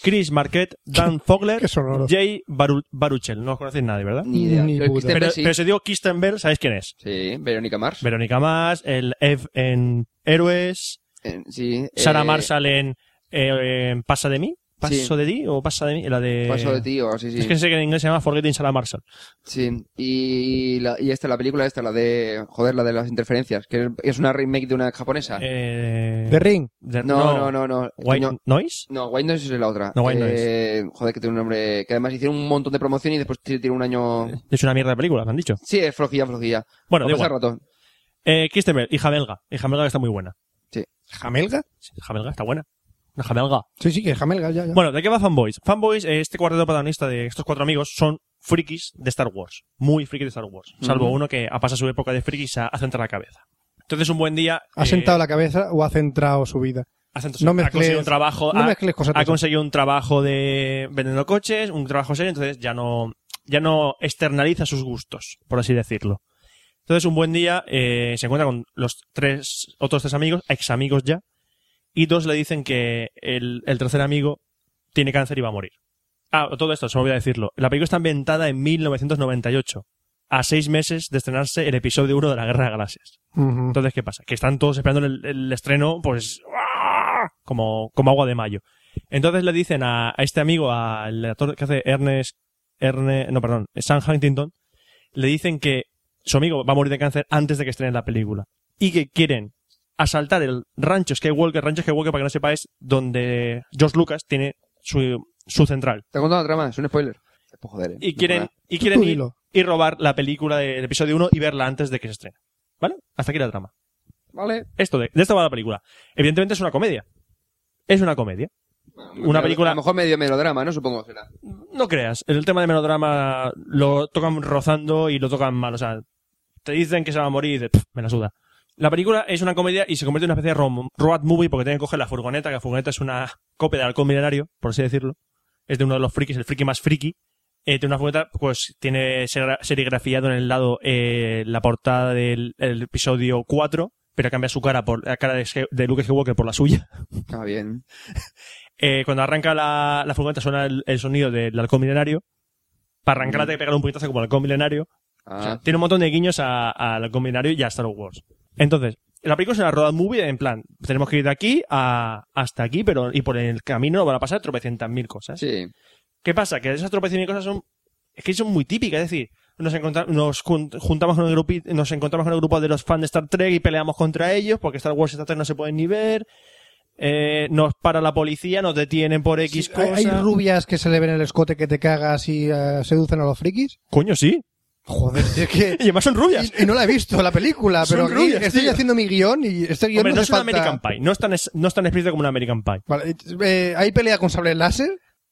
E: Chris Marquette, Dan Fogler,
G: Qué sonoro.
E: Jay Baru- Baruchel. No os conocéis nadie, ¿verdad?
C: Ni idea.
G: Ni
C: Pero
G: puta.
C: Kristen
E: Pero,
C: Bell sí.
E: pero si digo Kristen Bell, ¿sabéis quién es?
C: Sí, Verónica Mars.
E: Verónica Más, el F en Héroes,
C: Eh, sí.
E: Sara
C: eh,
E: Marshall en eh, en Pasa de mí, Paso
C: Sí.
E: de ti o Pasa de mí, la de...
C: Paso de ti o así, sí.
E: eh, Es que sé que en inglés se llama Forgetting Sara Marshall.
C: Sí. Y, la, y esta, la película esta, la de... Joder, la de las interferencias, que es una remake de una japonesa.
E: Eh,
G: The Ring.
E: de-
C: Ah. no, no, no, no.
E: White
C: Coño,
E: Noise.
C: No, White Noise es la otra.
E: No, White
C: eh, Joder, que tiene un nombre... Que además hicieron un montón de promoción y después tiene un año...
E: Es una mierda de película, me han dicho.
C: Sí, es flojilla, flojilla.
E: Bueno, da
C: Va a pasar
E: igual.
C: rato.
E: Eh, Kristen Bell, hija belga. Hija belga que está muy buena.
G: ¿Jamelga?
E: Sí, Hija belga está buena. Una hija belga.
G: Sí, sí, que Jamelga, ya, ya.
E: Bueno, ¿de qué va Fanboys? Fanboys, eh, este cuarteto protagonista de estos cuatro amigos, son frikis de Star Wars. Muy frikis de Star Wars. Salvo
C: Ujú.
E: uno que ha pasado eh, su época de friki y se ha ha centrado la cabeza. Entonces un buen día...
G: ¿Ha
A: Ah.
E: eh,
G: sentado la cabeza o ha centrado su vida?
E: ha centrado-
G: no
E: ha
G: mezcles-
E: conseguido un trabajo...
G: no
E: ha-
G: mezcles cosas.
E: ha conseguido un trabajo de eh, vendiendo coches, un trabajo serio, entonces ya no, ya no externaliza sus gustos, por así decirlo. Entonces un buen día eh, se encuentra con los tres otros tres amigos, ex amigos ya, y dos le dicen que el, el tercer amigo tiene cáncer y va a morir. Ah, todo esto, se me olvidó decirlo. La película está ambientada en 1998, a seis meses de estrenarse el episodio 1 de la Guerra de las Galaxias.
G: Ujú.
E: Entonces, ¿qué pasa? Que están todos esperando el, el estreno, pues, ¡ah! como, como agua de mayo. Entonces le dicen a, a este amigo, al actor que hace Ernest, Erne- no, perdón, Sam Huntington, le dicen que su amigo va a morir de cáncer antes de que estrenen la película. Y que quieren asaltar el rancho Skywalker, rancho Skywalker, para que no sepáis, donde George Lucas tiene su, su central.
C: Te he contado otra más, es un spoiler. Pues joder. eh,
E: Y
C: no
E: quieren,
C: jodas.
E: y
G: Tú
E: quieren ir
G: dilo.
E: y robar la película del episodio 1 y verla antes de que se estrene. ¿Vale? Hasta aquí la trama.
C: Vale. pues,
E: Esto de, de esto va la película. Evidentemente es una comedia. Es una comedia. Una
C: A-
E: película-
C: A lo mejor medio melodrama, ¿no? Supongo que será.
E: No creas, el tema de melodrama lo tocan rozando y lo tocan mal. O sea, te dicen que se va a morir y dices, "Pff, me la suda. La película es una comedia y se convierte en una especie de rom- road movie porque tienen que coger la furgoneta, que la furgoneta es una copia de Halcón Milenario, por así decirlo. Es de uno de los frikis, el friki más friki. Eh, tiene una furgoneta, pues tiene serigra- serigrafiado en el lado eh, la portada del el episodio 4, pero cambia su cara por la cara de, Ske- de Luke Skywalker por la suya.
C: Ah, bien.
E: Eh, cuando arranca la, la furgoneta suena el, el sonido del halcón milenario. Para
C: Mm.
E: arrancarla te que pegar un puñetazo como el halcón milenario. O sea,
C: Ah,
E: tiene un montón de guiños a- al halcón milenario y a Star Wars. Entonces, la película es una road movie en plan, tenemos que ir de aquí a, hasta aquí, pero y por el camino van a pasar tropecientas mil cosas.
C: sí.
E: ¿Qué pasa? Que esas tropecientas mil cosas son, es que son muy típicas, es decir, nos, encontra- nos jun- juntamos con un grupo, nos encontramos con un grupo de los fans de Star Trek y peleamos contra ellos porque Star Wars y Star Trek no se pueden ni ver. Eh, nos para la policía, nos detienen por X
G: Sí,
E: cosa.
G: ¿Hay hay rubias que se le ven el escote que te cagas y eh, seducen a los frikis?
E: Coño, sí.
G: Joder, si es que...
E: Y además son rubias.
G: Y, y no la he visto la película,
E: Son
G: pero aquí
E: rubias,
G: estoy
E: tío.
G: haciendo mi guión y este guión
E: Hombre, no
G: no
E: es
G: hace
E: una
G: falta-
E: American Pie. No es tan, es- no es tan explícito como una American Pie.
G: Vale, eh, ¿Hay pelea con sable láser?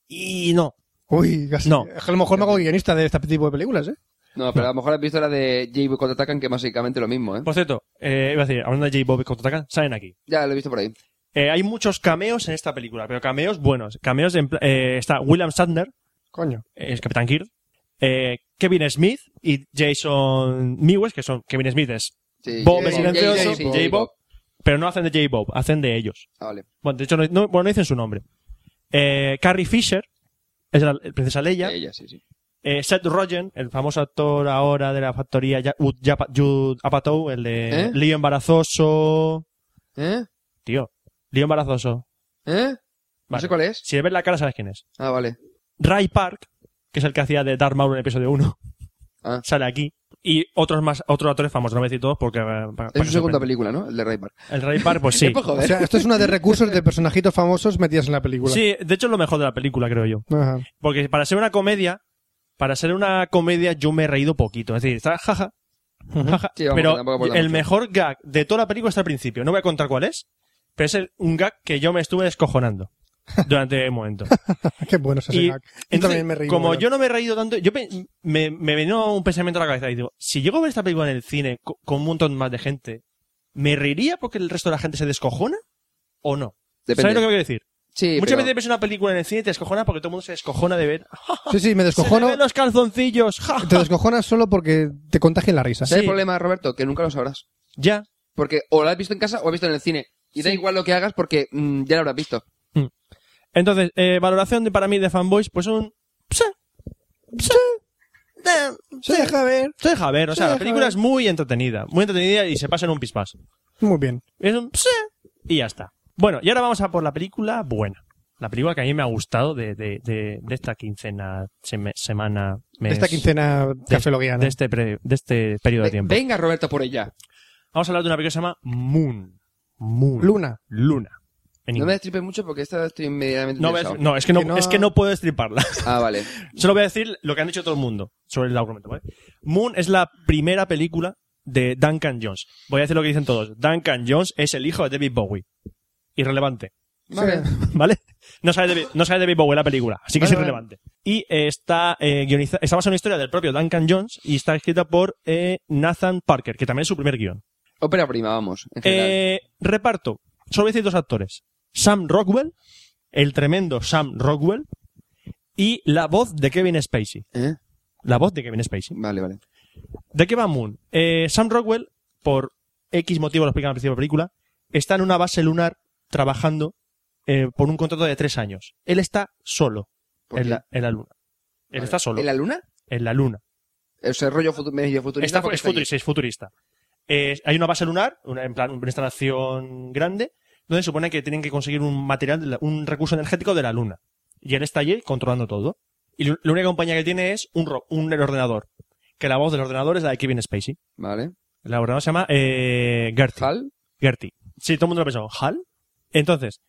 E: Y no.
G: Uy, casi.
E: No.
G: A lo mejor me hago guionista de este tipo de películas, ¿eh?
C: No, pero a lo mejor has visto la de J.B. contraatacan, que básicamente lo mismo, ¿eh?
E: Por cierto, eh, iba a decir, hablando de J. Bob y contraatacan, salen aquí.
C: Ya lo he visto por ahí.
E: Eh, hay muchos cameos en esta película, pero cameos buenos. Cameos en pla- eh, está William Shatner,
B: Coño. Es Capitán Kirk. Eh, Kevin Smith y Jason Mewes, que son Kevin Smith es
C: Sí,
B: Bob
C: J-
B: es silencioso,
C: J- J- J-
B: J-Bob, pero no hacen de J-Bob, hacen de ellos.
C: Ah, vale.
B: Bueno, de hecho, no, no- bueno, no dicen su nombre. Eh, Carrie Fisher, es la la princesa Leia.
C: Ella, sí, sí.
B: Eh, Seth Rogen, el famoso actor ahora de la factoría Ya- Ud- Yapa- Judd Apatow, el de
C: ¿Eh?
B: Lío Embarazoso.
C: ¿Eh?
B: Tío, Lío Embarazoso.
C: ¿Eh? No
B: Vale.
C: sé cuál es.
B: Si le ves la cara, sabes quién es.
C: Ah, vale.
B: Ray Park, que es el que hacía de Darth Maul en el episodio 1.
C: Ah.
B: Sale aquí. Y otros más, otros actores famosos, no me decís todos porque... eh, pa- para que
C: Es
E: Pues
C: su
B: sorprenda.
C: segunda película, ¿no? El de Ray Park.
B: El Ray Park, pues sí.
C: Es por
A: O
C: joder.
A: sea, esto es una de recursos de personajitos famosos metidos en la película.
B: Sí, de hecho es lo mejor de la película, creo yo.
A: Ajá.
B: Porque para ser una comedia, para ser una comedia yo me he reído poquito. Es decir, está jaja, jaja.
C: Sí, vamos, que
B: pero
C: tampoco aporta
B: el
C: mucho.
B: mejor gag de toda la película está al principio. No voy a contar cuál es, pero es el- un gag que yo me estuve descojonando durante el momento.
A: Qué bueno es ese
B: Y
A: gag. Yo
B: Entonces,
A: también me reí.
B: como
A: mucho.
B: yo no me he reído tanto, yo pe- me, me vino un pensamiento a la cabeza y digo, si llego a ver esta película en el cine co- con, un montón más de gente, ¿me reiría porque el resto de la gente se descojona o no?
C: Depende.
B: ¿Sabes lo que quiero decir?
C: Sí,
B: Muchas
C: pero-
B: veces ves una película en el cine y te descojonas porque todo el mundo se descojona de ver. ¡Ja, ja!
A: Sí, sí, me
B: Se
A: descojono.
B: le ven los calzoncillos. ¡Ja, ja!
A: Te descojonas solo porque te contagian la risa.
C: ¿Sabes
B: Sí.
C: el problema, Roberto? Que nunca lo sabrás.
B: Ya.
C: Porque o la has visto en casa o la has visto en el cine. Y da igual lo que hagas porque mm, ya lo habrás visto.
B: Entonces, eh, valoración de, para mí de fanboys, pues un... pse, pse, eh,
A: Se deja ver.
B: Se deja ver, o
A: Se
B: sea, la
A: deja
B: película
A: ver.
B: es muy entretenida, muy entretenida y se pasa en un pispás.
A: Muy bien.
B: Es un pse, y ya está. Bueno, y ahora vamos a por la película buena. La película que a mí me ha gustado de, de, de, de esta quincena, seme- semana, mes,
A: De esta quincena cafeloguiana.
B: de este, pre- de este periodo de
C: Ve-
B: tiempo.
C: Venga, Roberto, por ella.
B: Vamos a hablar de una película que se llama Moon. Moon.
A: Luna.
B: Luna. En
C: No me
B: inglés.
C: destripes mucho porque esta estoy inmediatamente
B: No,
C: interesado.
B: ves- no, es que no,
A: Que no-
B: es que no puedo estriparla.
C: Ah, vale.
B: Solo voy a decir lo que han dicho todo el mundo sobre el argumento, ¿vale? Moon es la primera película de Duncan Jones. Voy a decir lo que dicen todos. Duncan Jones es el hijo de David Bowie. Irrelevante,
C: Vale.
B: ¿vale? No sale David, no sale David Bowie en la película, así
A: Vale,
B: que es
A: vale.
B: irrelevante. Y eh, está eh, guioniza- está basada en una historia del propio Duncan Jones y está escrita por eh, Nathan Parker, que también es su primer guión.
C: Ópera prima, vamos. En general.
B: Eh, reparto. Solo voy a decir dos actores. Sam Rockwell, el tremendo Sam Rockwell, y la voz de Kevin Spacey.
C: ¿Eh?
B: La voz de Kevin Spacey.
C: Vale, vale.
B: ¿De qué va Moon? Eh, Sam Rockwell, por X motivo, lo explican al principio de la película, está en una base lunar trabajando eh, por un contrato de tres años. Él está solo
C: ¿Por
B: en
C: qué?
B: la, en la luna. Él
C: Pues Vale.
B: está solo
C: ¿En
B: en la,
C: la luna?
B: luna.
C: O sea, rollo futu- medio futurista.
B: Está,
C: porque
B: es, futurista, es futurista. Eh, hay una base lunar, una, en plan, una instalación grande, donde se supone que tienen que conseguir un material, de la- un recurso energético de la luna. Y él está allí controlando todo. Y la única compañía que tiene es un, ro- un ordenador. Que la voz del ordenador es la de Kevin Spacey.
C: Vale.
B: La ordenadora se llama eh, Gertie.
C: ¿Hal?
B: Gertie. Sí, todo el mundo lo ha pensado. ¿Hal? Entonces,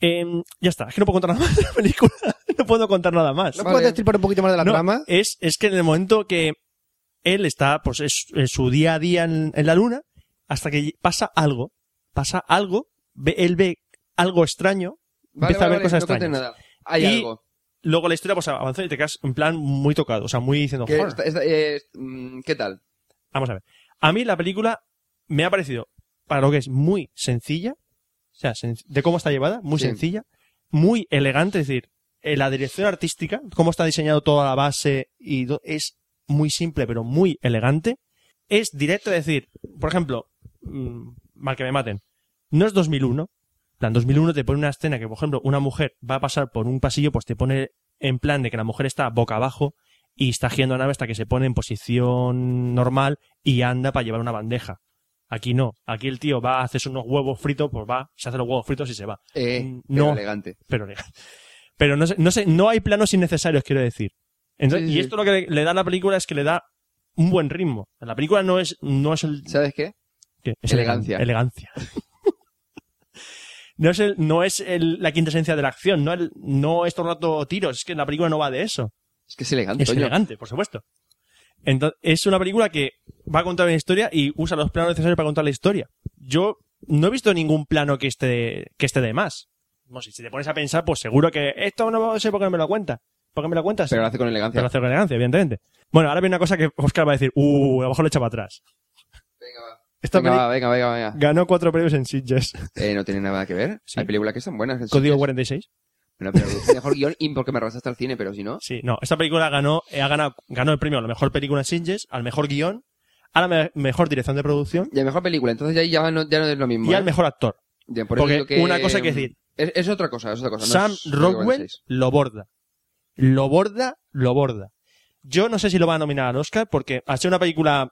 B: em, ya está. Es que no puedo contar nada más de la película. No puedo contar nada más.
A: ¿No
C: Vale.
A: puedes destripar un poquito más de la
B: No,
A: trama?
B: es, es que en el momento que él está, pues es, es su día a día en, en la luna, hasta que pasa algo, pasa algo, ve- él ve algo extraño,
C: Vale,
B: empieza a ver
C: vale, vale,
B: cosas
C: no conté
B: extrañas.
C: nada. Hay
B: Y-
C: algo.
B: Luego la historia pues avanza y te quedas en plan muy tocado, o sea, muy diciendo,
C: Que
B: "Joder".
C: esta- esta- eh, mm, ¿Qué tal?
B: Vamos a ver. A mí la película me ha parecido, para lo que es muy sencilla, o sea, sen- de cómo está llevada, muy
C: Sí.
B: sencilla, muy elegante, es decir, eh, la dirección artística, cómo está diseñado toda la base y do- es muy simple pero muy elegante. Es directo, es decir, por ejemplo, mm, mal que me maten, no es 2001. En plan, 2001 te pone una escena que, por ejemplo, una mujer va a pasar por un pasillo, pues te pone en plan de que la mujer está boca abajo y está girando la nave hasta que se pone en posición normal y anda para llevar una bandeja. Aquí no. Aquí el tío va, haces unos huevos fritos, pues va, se hace los huevos fritos y se va.
C: Eh,
B: Mm,
C: pero
B: no.
C: elegante.
B: Pero, pero no, sé, no, sé, no hay planos innecesarios, quiero decir. Entonces,
C: Sí, sí.
B: Y esto lo que le, le da a la película es que le da un buen ritmo. La película no es, no es el
C: ¿Sabes qué?
B: ¿Qué? Es
C: Elegancia.
B: elegan- Elegancia. no es, el, no es el- la quintesencia de la acción, no, el, no es todo el rato tiros, es que la película no va de eso.
C: Es que es elegante,
B: Es
C: coño.
B: elegante, por supuesto. Entonces, es una película que va a contar una historia y usa los planos necesarios para contar la historia. Yo no he visto ningún plano que esté, que esté de más. No sé, si te pones a pensar, pues seguro que esto no sé por qué no me lo cuenta. ¿Por qué me lo cuentas?
C: Pero lo hace con
B: Pero lo
C: elegancia.
B: hace con elegancia, evidentemente. Bueno, ahora viene una cosa que Oscar va a decir, uh, a lo mejor lo echa para atrás.
C: Venga, va.
B: Esta
C: venga,
B: peli-
C: va, venga, venga, venga.
B: ganó cuatro premios en Sitges.
C: Eh, no tiene nada que ver.
B: Sí.
C: Hay películas que están buenas.
B: Código 46.
C: Bueno, pero mejor guión y porque me arrasaste al cine, pero si no.
B: Sí, no, esta película ganó, eh, ha ganado, ganó el premio a la mejor película en Sitges, al mejor guión, a la me- mejor dirección de producción
C: Y a mejor película, entonces ya, ahí ya, no, ya no es lo mismo.
B: y
C: ¿eh?
B: al mejor actor.
C: Ya, por eso
B: Porque
C: digo que,
B: una cosa hay que
C: mm,
B: decir,
C: Es, es otra cosa, es otra cosa. no
B: Sam
C: es- no digo el
B: Rockwell
C: seis.
B: lo borda. Lo borda, lo borda. Yo no sé si lo van a nominar al Oscar porque al ser una película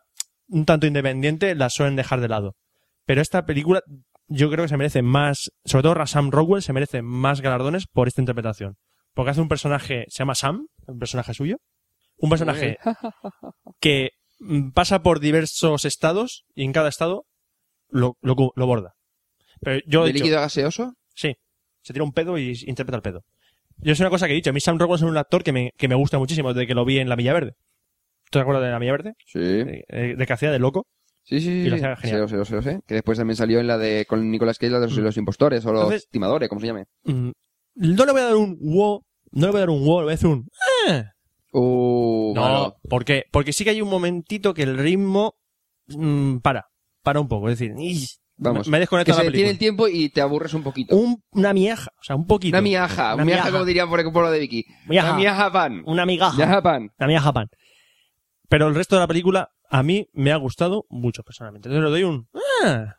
B: un tanto independiente la suelen dejar de lado. Pero esta película yo creo que se merece más, sobre todo Sam Rockwell se merece más galardones por esta interpretación. Porque hace un personaje, se llama Sam, un personaje suyo, un personaje que mm, pasa por diversos estados y en cada estado lo, lo, cu- lo borda. Pero yo he
C: ¿De
B: dicho-
C: líquido gaseoso?
B: Sí. Se tira un pedo y interpreta el pedo. Yo es una cosa que he dicho. A mí Sam Rockwell es un actor que me, que me gusta muchísimo desde que lo vi en La Villa Verde. ¿Tú te acuerdas de La Villa Verde?
C: Sí.
B: Eh, eh, De que hacía de loco.
C: Sí, sí, sí.
B: Y lo
C: sí.
B: hacía
C: Sí,
B: genial.
C: lo sé, lo sé, lo sé. Que después también salió en la de con Nicolas Cage, la de los,
B: Mm.
C: los impostores o los
B: Entonces-
C: timadores, como se llame.
B: Mm, No le voy a dar un wow. No le voy a dar un wow, le voy a decir un...
C: Uh,
B: No,
C: malo.
B: ¿por qué? Porque sí que hay un momentito que el ritmo mm, para. Para un poco. Es decir, "Ish".
C: Vamos.
B: me, me
C: Que
B: desconecta la
C: se detiene
B: película.
C: el tiempo y te aburres un poquito.
B: Un- una miaja. O sea, un poquito.
C: una miaja, una
B: Una
C: miaja
B: miaja.
C: como dirían por el pueblo de Vicky.
B: Miaja.
C: Una miaja pan.
B: Una migaja.
C: Miaja pan.
B: La mía Japan. Pero el resto de la película a mí me ha gustado mucho personalmente. Entonces le doy un... "Ah".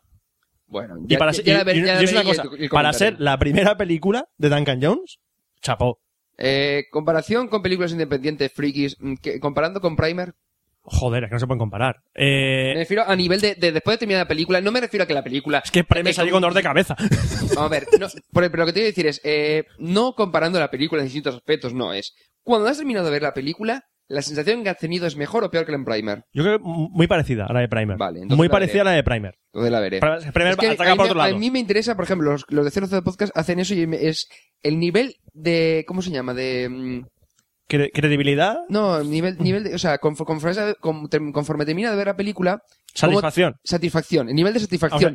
C: Bueno,
B: y para ser,
C: la
B: y-
C: ver-
B: y-
C: ya la
B: y es una
C: veréis
B: cosa,
C: el- el
B: para
C: comentario.
B: ser la primera película de Duncan Jones, chapó.
C: Eh, comparación con películas independientes, frikis, mm, que- comparando con Primer,
B: Joder, es que no se pueden comparar.
C: me
B: Eh,
C: refiero a nivel de, de después de terminar la película, no me refiero a que la película...
B: es que Prime
C: eh,
B: salió con dolor de cabeza.
C: Vamos a ver, no, por- pero lo que te voy a decir es, eh, no comparando la película en distintos aspectos, no, es... Cuando has terminado de ver la película, la sensación que has tenido es mejor o peor que la en Primer.
B: Yo creo que muy parecida a la de Primer.
C: Vale, entonces
B: muy
C: la
B: parecida a la de Primer.
C: Entonces la veré.
B: Primer Primer
C: Es que
B: ataca
C: a,
B: por
C: mí,
B: otro
C: a
B: lado.
C: mí me interesa, por ejemplo, los, los de 00 Podcast hacen eso y me- es el nivel de... ¿Cómo se llama? De... mm,
B: Cre- Credibilidad,
C: No, nivel, nivel de, o sea, con- conforme, con- conforme termina de ver la película,
B: satisfacción.
C: satisfacción, el nivel de satisfacción.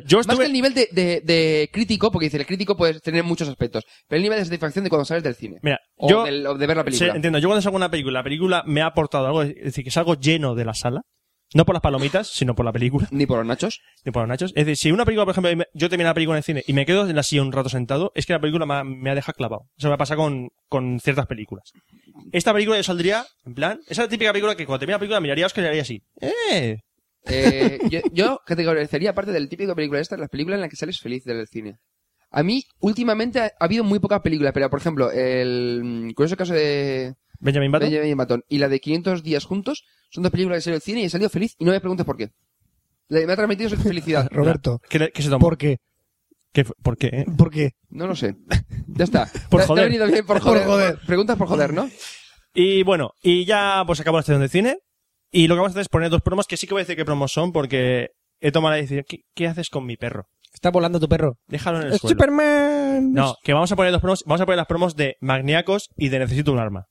B: O sea, yo
C: Más
B: estuve-
C: que el nivel de, de- de crítico, porque dice, el crítico puede tener muchos aspectos, pero el nivel de satisfacción de cuando sales del cine.
B: Mira,
C: o,
B: yo...
C: del- o de ver la
B: Sí,
C: película.
B: entiendo, yo cuando salgo una película, la película me ha aportado algo, es decir, que salgo lleno de la sala, no por las palomitas, sino por la película.
C: Ni por los nachos.
B: ni por los nachos. Es decir, si una película, por ejemplo, me- yo termino la película en el cine y me quedo en la silla un rato sentado, es que la película me ha, me ha dejado clavado. Eso me ha pasado con, con ciertas películas. Esta película yo saldría, en plan, esa es la típica película que cuando termina la película miraría a Oscar y haría así. ¡Eh!
C: Eh, yo, yo categorizaría, aparte del típico película esta, las películas en las que sales feliz del cine. A mí, últimamente, ha, ha habido muy pocas películas, pero por ejemplo, el mm, curioso caso de
B: Benjamin Button.
C: Benjamin Button y la de 500 días juntos son dos películas que salí del cine y he salido feliz y no me preguntes por qué. La- Me ha transmitido su felicidad.
J: Roberto,
B: ¿Qué, le- qué se tomó?
J: ¿por qué?
B: ¿Qué fue? ¿Por qué? eh?
J: ¿Por qué?
C: No lo sé. Ya está.
B: Por
C: Te- te ha
B: joder.
C: venido bien por
J: Por
C: joder.
J: joder.
C: Preguntas por joder, ¿no?
B: Y bueno, y ya pues acabo la sesión de cine. Y lo que vamos a hacer es poner dos promos que sí que voy a decir qué promos son porque he tomado la decisión. ¿Qué, qué haces con mi perro?
A: Está volando tu perro.
B: Déjalo en el
A: ¡Es
B: suelo.
A: Superman!
B: No, que vamos a poner dos promos, vamos a poner las promos de Magniacos y de Necesito un arma.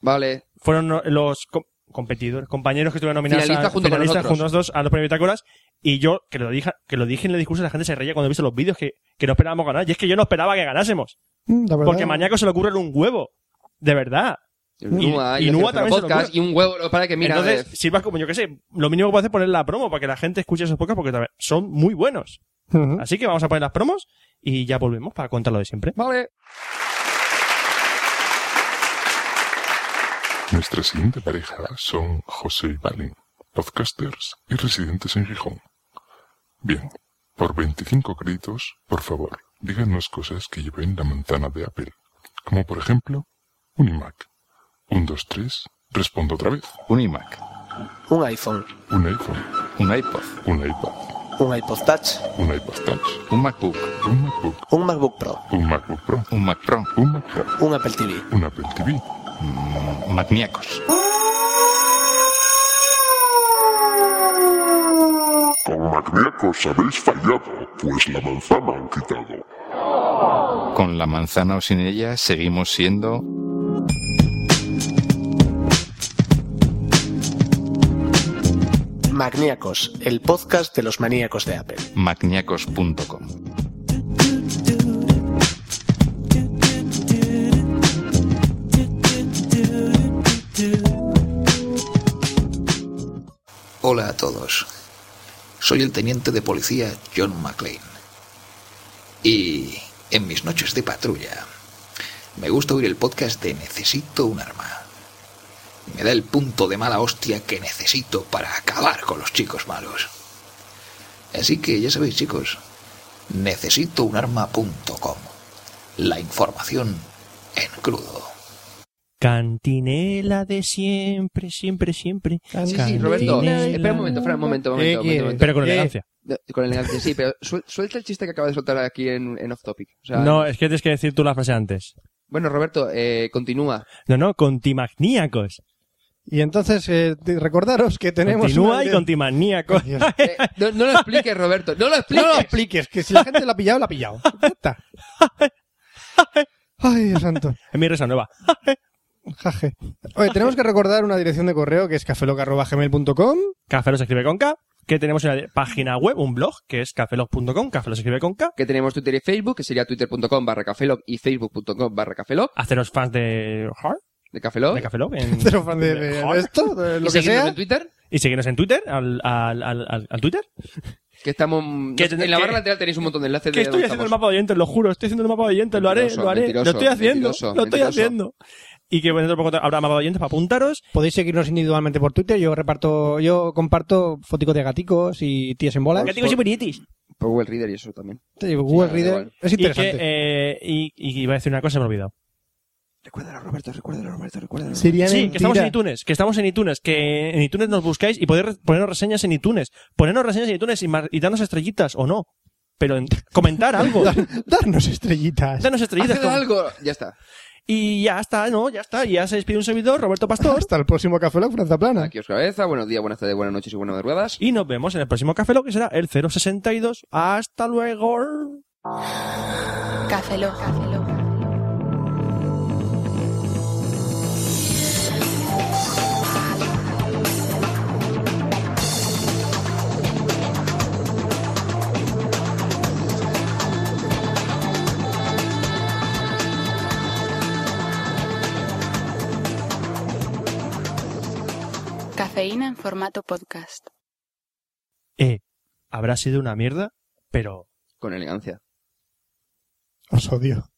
C: Vale.
B: Fueron no- los com- competidores, compañeros que estuvieron nominados
C: Finalistas
B: a,
C: junto con
B: finalistas
C: nosotros.
B: junto a nosotros a los premios Bitácoras y yo que lo dije, que lo dije en el discurso la gente se reía cuando he visto los vídeos que, que no esperábamos ganar y es que yo no esperaba que ganásemos
J: Mm, la verdad.
B: porque Magniacos se le ocurre un huevo de verdad.
C: Inúa,
B: y
C: yo
B: Inúa
C: creo
B: también
C: que
B: se lo
C: podcast
B: ocurre.
C: y un huevo lo- para que mira.
B: Entonces,
C: eh,
B: sirva como yo que sé, lo mínimo que puedo hacer es poner la promo para que la gente escuche esos podcasts porque también son muy buenos.
J: Ujú.
B: Así que vamos a poner las promos y ya volvemos para contar lo de siempre.
C: Vale.
E: Nuestra siguiente pareja son José y Valen, podcasters y residentes en Gijón. Bien, por 25 créditos, por favor, díganos cosas que lleven la manzana de Apple, como por ejemplo, un iMac. Un, dos, tres, respondo otra vez.
K: Un iMac,
H: un iPhone,
E: Un iPhone,
K: un iPod,
E: un iPad,
H: un iPod Touch,
E: un iPod Touch,
K: un MacBook,
E: un MacBook,
H: un MacBook Pro,
E: un MacBook Pro,
K: un Mac Pro,
E: un Mac Pro,
H: un Apple TV.
E: un Apple TV,
K: mm, Magniacos.
E: Con Magniacos habéis fallado, pues la manzana han quitado.
K: Con la manzana o sin ella seguimos siendo
H: Magníacos, el podcast de los maníacos de Apple.
K: magniacos.com.
H: Hola a todos. Soy el teniente de policía John McLean. Y en mis noches de patrulla
L: Me gusta oír el podcast de Necesito un arma. Me da el punto de mala hostia que necesito para acabar con los chicos malos. Así que ya sabéis, chicos, necesitounarma.com. La información en crudo.
E: Cantinela de siempre, siempre, siempre.
C: Sí, sí, Roberto.
E: Cantinela.
C: Espera un momento, Fran, un momento, un
E: ¿Qué
C: momento, un momento,
E: quieres?
C: un momento.
E: Pero con elegancia.
C: Eh, con elegancia, sí, pero suel- suelta el chiste que acaba de soltar aquí en, en Off Topic. O sea,
E: No, es que tienes que decir tú la frase antes.
C: Bueno, Roberto, eh, continúa.
E: No, no, contimagníacos.
A: Y entonces, eh, te- recordaros que tenemos...
E: Continúa y
A: una-
E: contimagníacos.
C: Eh, no, no lo expliques, Roberto. No lo expliques.
A: No lo expliques, que si la gente la ha pillado, la ha pillado. Ya está. Ay, Dios santo.
E: Es mi risa nueva.
A: Jaje. Oye, tenemos que recordar una dirección de correo que es cafeloca.gmail.com.
E: Café se escribe con K. Que tenemos una página web, un blog, que es cafelog.com, café se escribe con K.
C: Que tenemos Twitter y Facebook, que sería twitter.com barra cafelog y facebook.com barra cafelog.
E: Haceros fans de Hard,
C: De cafelog.
E: de Café Lock en-
A: Pero fan de, de- de esto, de
C: Y
A: lo que
C: seguidnos
A: sea.
C: en Twitter,
E: Y seguirnos en Twitter, al, al, al, al- al Twitter.
C: que estamos...
E: Que-
C: en la
E: que-
C: barra lateral tenéis un montón de enlaces.
E: Que
C: de
E: estoy
C: dónde
E: haciendo el
C: estamos.
E: mapa de oyentes, lo juro, estoy haciendo el mapa de oyentes, lo haré,
C: Mentiroso,
E: lo haré, lo
C: mentiroso,
E: estoy haciendo,
C: mentiroso,
E: lo estoy
C: mentiroso.
E: haciendo. Y que dentro de poco habrá mapa de oyentes para apuntaros.
A: Podéis seguirnos individualmente por Twitter. Yo reparto, yo comparto foticos de gaticos y tías en bolas.
E: Que tengo sibiritis.
C: Por Google Reader y eso también.
A: Sí, Google
C: Sí, da
A: Reader.
C: igual.
A: Es
E: Y que,
A: interesante.
E: eh, y, y iba a decir una cosa, se me he olvidado.
C: Recuérdalo, Roberto, recuérdalo, Roberto, recuérdalo.
A: Sería
E: eh, Sí, que estamos en
A: mentira.
E: iTunes, que estamos en iTunes, que en iTunes nos buscáis y podéis re- ponernos reseñas en iTunes. Ponernos reseñas en iTunes y, mar- y darnos estrellitas, o no. Pero en- comentar algo.
A: Darnos estrellitas.
E: Darnos estrellitas.
C: Haced
E: com-
C: algo. Ya está.
E: Y ya está, ¿no? Ya está. Ya se despide un servidor, Roberto Pastor.
A: Hasta el próximo Café Lock, Franza Plana.
C: Aquí os cabeza. Buenos días, buenas tardes, buenas noches y buenas madrugadas.
E: Y nos vemos en el próximo Café Lo que será el 062. Hasta luego.
F: Café Lock. Cafeína en formato podcast.
E: Eh, habrá sido una mierda, pero
C: Con elegancia.
A: Os odio.